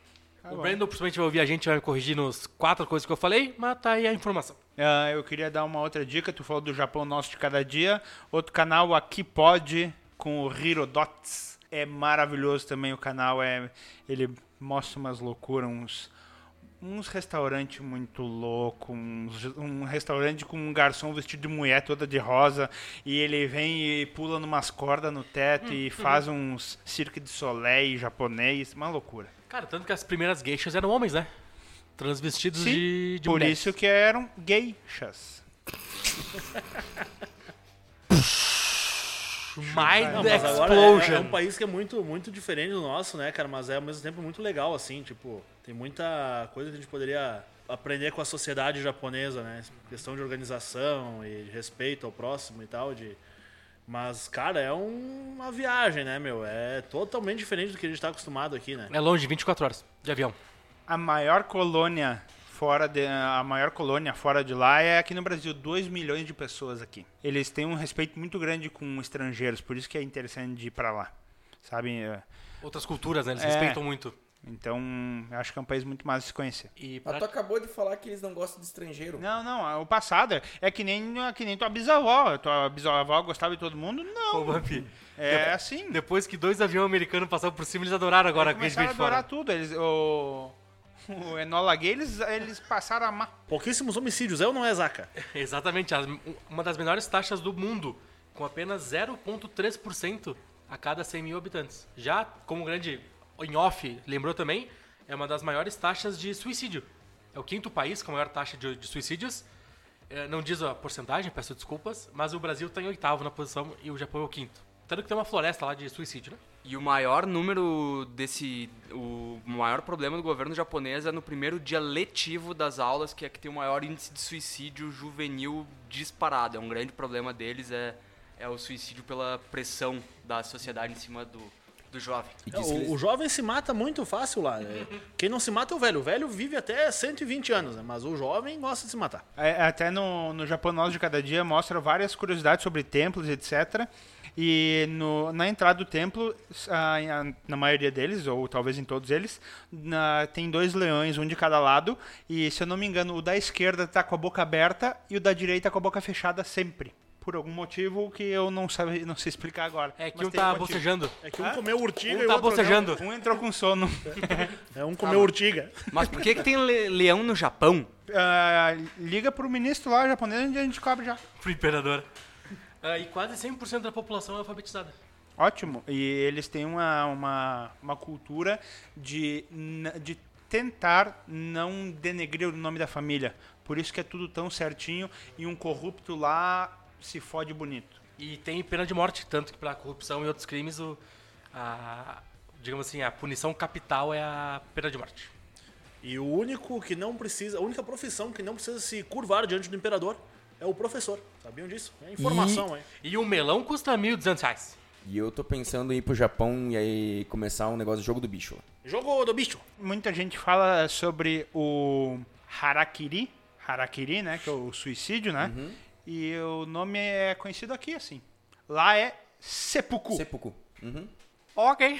B: o Brandon principalmente vai ouvir a gente vai me corrigir nos quatro coisas que eu falei, mas tá aí a informação.
C: Ah, eu queria dar uma outra dica. Tu falou do Japão Nosso de Cada Dia. Outro canal, Aqui Pode, com o Hirodots. É maravilhoso também o canal. É, ele mostra umas loucuras, uns, uns restaurantes muito louco, uns- um restaurante com um garçom vestido de mulher toda de rosa. E ele vem e pula numas cordas no teto
B: Hum,
C: e faz
B: uhum.
C: uns cirque de soleil japonês. Uma loucura.
B: Cara, tanto que as primeiras geixas eram homens, né? Transvestidos
C: Sim,
B: de, de
C: Por
B: mulheres.
C: isso que eram geixas.
B: Mind
E: Não, mas agora é,
B: Explosion.
E: é um país que é muito, muito diferente do nosso, né, cara? Mas é ao mesmo tempo muito legal, assim, tipo, tem muita coisa que a gente poderia aprender com a sociedade japonesa, né? Questão de organização e de respeito ao próximo e tal, de. Mas, cara, é um- uma viagem, né, meu? É totalmente diferente do que a gente tá acostumado aqui, né?
B: É longe, 24 horas de avião.
C: A maior colônia fora de, a maior colônia fora de lá é aqui no Brasil, 2 milhões de pessoas aqui. Eles têm um respeito muito grande com estrangeiros, por isso que é interessante de ir pra lá. Sabe? É,
B: Outras culturas, né? Eles
C: É.
B: respeitam muito.
C: Então, eu acho que é um país muito massa de se conhecer.
B: E pra-
A: Mas tu acabou de falar que eles não gostam de estrangeiro.
C: Não, não, o passado é- é que nem, é que nem tua bisavó. Tua bisavó gostava de todo mundo? Não.
B: Ô, Vamp,
C: É assim.
B: depois que dois aviões americanos passaram por cima, eles adoraram agora a gente
C: Começaram a
B: veio fora.
C: adorar tudo. Eles, o, o Enola Gay, eles, eles passaram a amar
E: Pouquíssimos homicídios, é ou não é, Zaca?
B: Exatamente, as- uma das menores taxas do mundo, com apenas 0,3% a cada 100 mil habitantes. Já, como grande em off lembrou também, é uma das maiores taxas de suicídio. É o quinto país com a maior taxa de, de suicídios. É, não diz a porcentagem, peço desculpas, mas o Brasil está em oitavo na posição e o Japão é o quinto. Tanto que tem uma floresta lá de suicídio, né?
D: E o maior número desse. O maior problema do governo japonês é no primeiro dia letivo das aulas, que é que tem o maior índice de suicídio juvenil disparado. É um grande problema deles, é, é o suicídio pela pressão da sociedade em cima do, do jovem.
A: E
E: É,
A: diz que
E: o,
A: eles-
E: o jovem se mata muito fácil lá. né? Quem não se mata é o velho. O velho vive até 120 anos, né? Mas o jovem gosta de se matar.
C: É, até no, no Japão Nosso de Cada Dia mostra várias curiosidades sobre templos, etc. E no- na entrada do templo, s- a- a- na maioria deles, ou talvez em todos eles, na- tem dois leões, um de cada lado. E se eu não me engano, o da esquerda tá com a boca aberta e o da direita com a boca fechada sempre. Por algum motivo que eu não, sabe, não sei explicar agora.
B: É que
C: Mas
B: um
C: tem
B: tá
C: motivo.
B: bocejando.
E: É que um comeu urtiga
B: Um
E: e o
B: tá
E: outro não.
B: bocejando.
C: Um entrou com sono.
E: É um comeu urtiga.
D: Mas por que, que tem le- leão no Japão?
C: Ah, liga pro ministro lá japonês e a gente cobre já.
B: Pro imperador. Ah, e quase 100% da população é alfabetizada.
C: Ótimo. E eles têm uma, uma, uma cultura de, n- de tentar não denegrir o nome da família. Por isso que é tudo tão certinho e um corrupto lá se fode bonito.
B: E tem pena de morte, tanto que pra corrupção e outros crimes, o, a, digamos assim, a punição capital é a pena de morte.
E: E o único que não precisa, a única profissão que não precisa se curvar diante do imperador é o professor. Sabiam disso? É informação, hein?
B: E o melão custa 1.200 reais.
A: E eu tô pensando em ir pro Japão e aí começar um negócio de jogo do bicho.
E: Jogo do bicho.
C: Muita gente fala sobre o harakiri, harakiri, né, que é o suicídio, né? E o nome é conhecido aqui assim. Lá é seppuku.
A: Seppuku. Uhum.
D: Ok.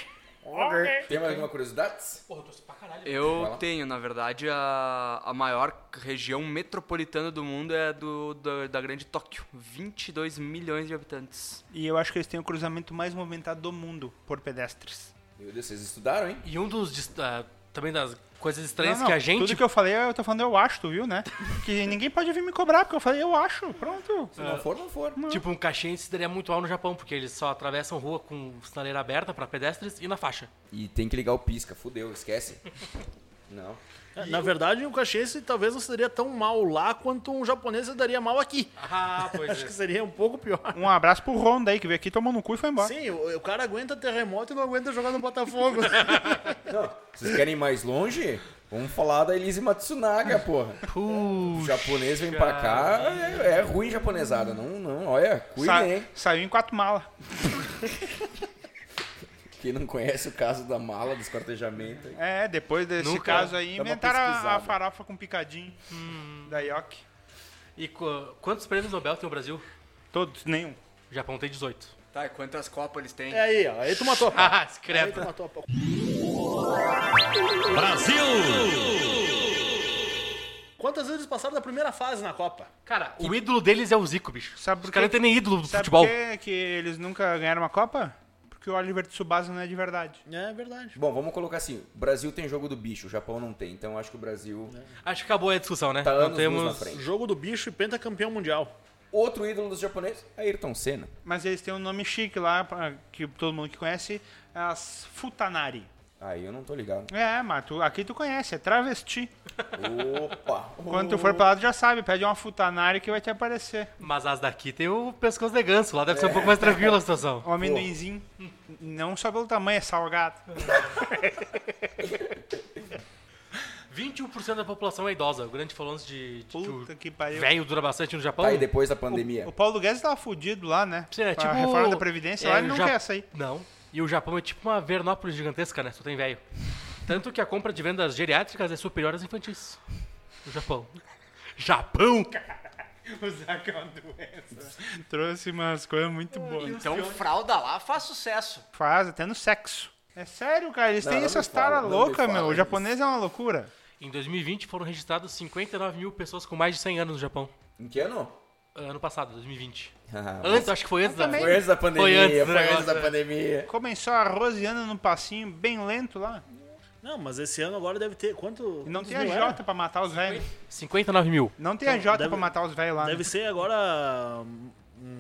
A: Tem mais alguma curiosidade?
B: Porra, eu trouxe pra caralho.
A: Vai
D: Eu
A: lá.
D: tenho, na verdade, a, a maior região metropolitana do mundo é do, da- da grande Tóquio. 22 milhões de habitantes.
C: E eu acho que eles têm o cruzamento mais movimentado do mundo por pedestres.
A: Meu Deus, vocês estudaram, hein?
B: E um dos, dis- ah, também das coisas estranhas
C: Não, não,
B: que a gente...
C: Tudo que eu falei, eu tô falando eu acho, tu viu, né? Que ninguém pode vir me cobrar, porque eu falei eu acho, pronto.
A: Se não for, não for.
B: Tipo, um caxiense seria muito alto no Japão, porque eles só atravessam rua com sinaleira aberta pra pedestres e na faixa.
A: E tem que ligar o pisca, fudeu, esquece. Não.
E: É, Na verdade, o caxiense talvez não seria tão mal lá quanto um japonês se daria mal aqui.
B: Ah,
E: Acho que seria um pouco pior.
C: Um abraço pro Ronda aí, que veio aqui, tomou no cu e foi embora.
E: Sim, o, o cara aguenta terremoto e não aguenta jogar no Botafogo.
A: Vocês querem ir mais longe? Vamos falar da Elise Matsunaga, porra. O japonês vem pra cá, é, é ruim japonesada. Não, não, olha,
C: Sa-
A: cuidem, hein?
C: Saiu em quatro malas.
A: Quem não conhece o caso da mala, descortejamento. hein?
C: É, depois desse
B: Nunca.
C: caso aí,
A: Dá uma
C: inventaram a- a
A: pesquisada.
C: farofa com picadinho
B: Hum.
C: da Yoki.
B: E qu- quantos prêmios Nobel tem o Brasil?
C: Todos, nenhum.
B: O Japão tem 18.
D: Tá, e quantas copas eles têm?
E: é aí, ó. Aí tu matou a pau.
B: Ah,
E: Aí
B: discreto.
E: tu matou a pau. Quantas vezes eles passaram da primeira fase na Copa?
B: Cara, o ídolo deles é o Zico, bicho.
C: Sabe por
B: Os caras não
C: quê?
B: têm nem ídolo do
C: Sabe
B: futebol.
C: por que, que eles nunca ganharam uma Copa? Porque o Oliver Tsubasa não é de verdade.
E: É verdade.
A: Bom, vamos colocar assim: o Brasil tem jogo do bicho, o Japão não tem. Então acho que o Brasil.
B: Acho que acabou a discussão, né?
A: Tá
B: Não
A: anos luz
B: temos...
A: na frente.
E: Jogo do bicho e pentacampeão mundial.
A: Outro ídolo dos japoneses, Ayrton Senna.
C: Mas eles têm um nome chique lá, pra- que todo mundo que conhece, as Futanari.
A: Aí eu não tô ligado.
C: É, mas tu, aqui tu conhece, é travesti.
A: Opa!
C: Quando tu for pra lá, tu já sabe, pede uma futanária que vai te aparecer.
B: Mas as daqui tem o pescoço de ganso, lá deve ser um pouco mais tranquila a situação.
C: O amendoinzinho, não só pelo tamanho, é salgado.
B: 21% da população é idosa. O grande falou antes de, de que
C: Puta
B: o
C: que pariu.
B: velho dura bastante no Japão.
A: Tá aí depois da pandemia.
C: O Paulo Guedes tava fudido lá, né?
B: Sim, é
C: Com
B: tipo...
C: a reforma da Previdência, lá
B: é,
C: ele
B: o
C: não
B: Ja-
C: quer sair.
B: Não. E o Japão é tipo uma Vernópolis gigantesca, né? Só tem velho. Tanto que a compra de vendas geriátricas é superior às infantis. No Japão. Japão, cara!
C: O Zaca é uma doença. Trouxe umas coisas muito boas.
D: Então fralda lá faz sucesso.
C: Faz até no sexo. É sério, cara, eles
A: Não,
C: têm
A: não
C: essas
A: me fala,
C: taras
A: não me
C: loucas,
A: fala
C: meu. O
A: isso.
C: japonês é uma loucura.
B: Em 2020 foram registrados 59 mil pessoas com mais de 100 anos no Japão.
A: Em que ano?
B: Ano passado, 2020.
A: Ah,
C: Tá
B: Antes, acho que foi antes da...
A: Foi antes da pandemia. Foi
B: antes
A: antes,
B: do negócio,
A: da
B: é.
A: pandemia.
C: Começou a Rosiana num passinho bem lento lá.
E: Não, mas esse ano agora deve ter. Quanto?
C: E não
E: quantos
C: tem a
E: mil era?
C: Jota pra matar os velhos.
B: 59 mil.
C: Não tem a Jota
E: deve-
C: pra matar os velhos lá. né?
E: Deve ser agora hum,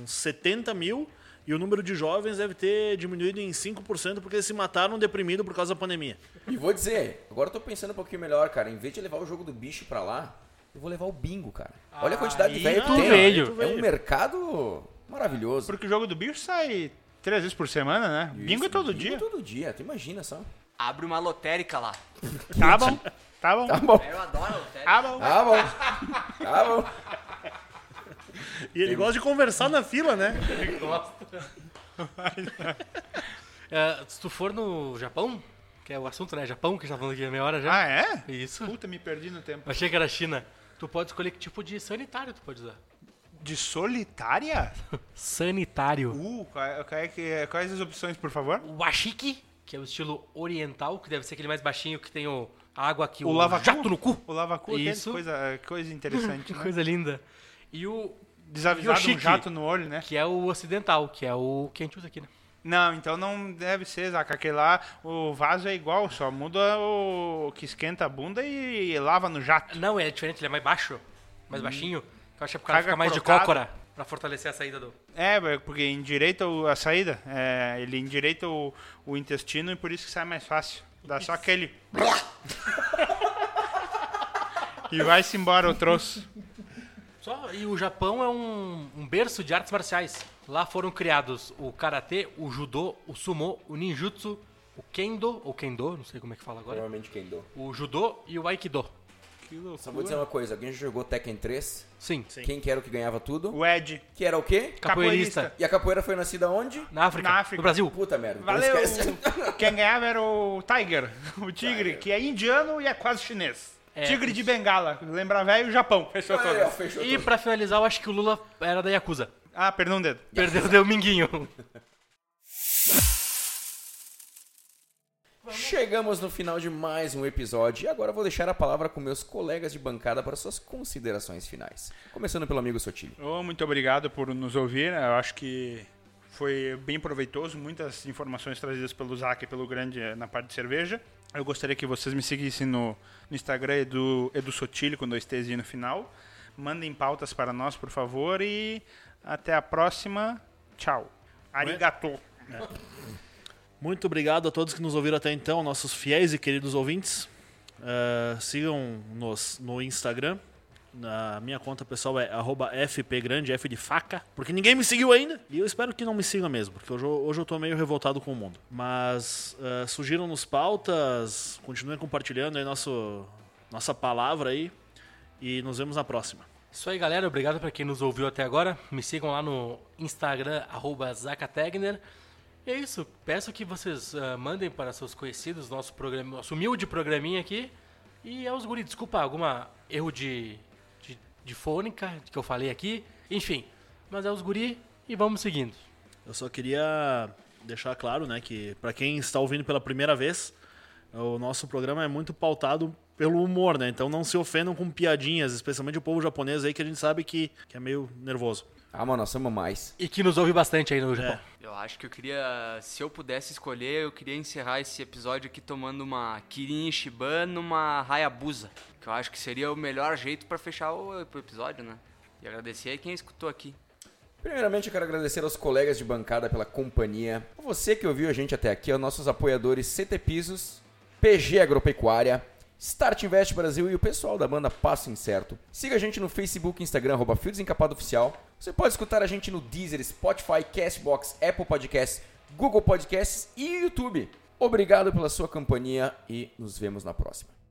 E: uns 70 mil e o número de jovens deve ter diminuído em 5% porque eles se mataram deprimidos por causa da pandemia.
A: E vou dizer, agora eu tô pensando um pouquinho melhor, cara. Em vez de levar o jogo do bicho pra lá, eu vou levar o bingo, cara. Olha a quantidade de
B: Aí
A: velho
B: tu
A: que tem. ó.
B: veio.
A: É um mercado maravilhoso.
C: Porque o jogo do bicho sai três vezes por semana, né? Bingo é
A: Isso,
C: todo
A: bingo
C: dia.
A: todo dia, tu imagina só.
D: Abre uma lotérica lá.
C: Tá bom, tá bom,
A: Tá bom.
D: Eu adoro lotérica.
C: tá bom.
A: Tá bom. Tá bom.
E: E ele gosta de conversar na fila, né?
B: É, se tu for no Japão, que é o assunto, né? Japão, que a gente tá falando aqui há meia hora já.
C: Ah, é?
B: Isso.
C: Puta, me perdi no tempo.
B: Achei que era China. Tu pode escolher que tipo de sanitário tu pode usar.
C: De solitária?
B: Sanitário.
C: Uh, qual é- qual é que- quais as opções, por favor?
B: O washiki, que é o estilo oriental, que deve ser aquele mais baixinho que tem o a água aqui,
C: O
B: o,
C: lavacu?
B: jato no cu.
C: O lavacu, aquele,
B: Isso.
C: coisa, coisa interessante,
B: Que
C: né?
B: coisa linda. E o
C: Desavisado, um
B: Yoshiki.
C: jato no olho, né?
B: que é o ocidental, que é o que a gente usa aqui, né?
C: Não, então não deve ser, Zaca. Aquele lá, o vaso é igual, só muda o que esquenta a bunda e lava no jato.
B: Não, é diferente, ele é mais baixo, mais
C: Hum.
B: baixinho. Que eu acho que o cara
C: Caga
B: fica mais
C: corocado.
B: de cócora pra fortalecer a saída do.
C: É, é, porque endireita o- a saída. É, ele endireita o, o intestino e por isso que sai mais fácil. Dá só aquele... e vai-se embora o troço.
B: Só, e o Japão é um, um berço de artes marciais. Lá foram criados o karatê, o judô, o sumô, o ninjutsu, o kendo, ou kendo, não sei como é que fala agora.
A: Provavelmente quem dou.
B: O judô e o aikido.
A: Só vou dizer uma coisa, alguém já jogou Tekken 3?
B: Sim.
A: Quem que era o que ganhava tudo?
C: O Ed.
A: Que era o quê?
B: Capoeirista.
C: Capoeirista.
A: E a capoeira foi nascida onde?
B: Na África.
C: Na África.
B: No Brasil.
A: Puta merda. então
C: Valeu!
A: esquece.
C: Quem ganhava era o Tiger, o tigre, que é indiano e é quase chinês.
B: É,
C: tigre de Bengala, lembra velho o Japão. Fechou
A: Aí, ó,
C: todas.
A: fechou
B: E
A: tudo.
B: pra finalizar, eu acho que o Lula era da Yakuza.
C: Ah, perdão o dedo.
B: Perdeu deu o minguinho.
A: Chegamos no final de mais um episódio e agora eu vou deixar a palavra com meus colegas de bancada para suas considerações finais. Começando pelo amigo Sotilho.
C: Ô, muito obrigado por nos ouvir. né? Eu acho que foi bem proveitoso, muitas informações trazidas pelo Zac e pelo Grande eh, na parte de cerveja. Eu gostaria que vocês me seguissem no, no Instagram Edu, Edu Sotilho, com dois T's no final. Mandem pautas para nós, por favor, e até a próxima. Tchau. Arigato.
E: Muito obrigado a todos que nos ouviram até então, nossos fiéis e queridos ouvintes. Eh, Sigam-nos no Instagram. Na minha conta pessoal é arroba fpgrande, F de faca, porque ninguém me seguiu ainda. E eu espero que não me siga mesmo, porque hoje, eu- hoje eu tô meio revoltado com o mundo. Mas eh, sugiram-nos pautas, continuem compartilhando aí nosso, nossa palavra aí. E nos vemos na próxima.
B: Isso aí, galera. Obrigado pra quem nos ouviu até agora. Me sigam lá no Instagram, arroba Zacategner. E é isso. Peço que vocês ah, mandem para seus conhecidos nosso, programa, nosso humilde programinha aqui. E aos guri, desculpa alguma erro de, de, de fônica que eu falei aqui. Enfim, mas é os guri e vamos seguindo.
E: Eu só queria deixar claro, né, que para quem está ouvindo pela primeira vez, o nosso programa é muito pautado pelo humor, né? Então não se ofendam com piadinhas, especialmente o povo japonês aí que a gente sabe que, que é meio nervoso.
A: Ah, mano, nós somos mais.
B: E que nos ouve bastante aí no Japão.
D: Eu acho que eu queria, se eu pudesse escolher, eu queria encerrar esse episódio aqui tomando uma Kirin Shiban numa Hayabusa, que eu acho que seria o melhor jeito pra fechar o episódio, né? E agradecer aí quem escutou aqui.
A: Primeiramente, eu quero agradecer aos colegas de bancada pela companhia, a você que ouviu a gente até aqui, aos nossos apoiadores CT Pisos PG Agropecuária, Start Invest Brasil e o pessoal da banda Passo Incerto. Siga a gente no Facebook, Instagram, arroba Fio Desencapado Oficial. Você pode escutar a gente no Deezer, Spotify, Castbox, Apple Podcasts, Google Podcasts e YouTube. Obrigado pela sua companhia e nos vemos na próxima.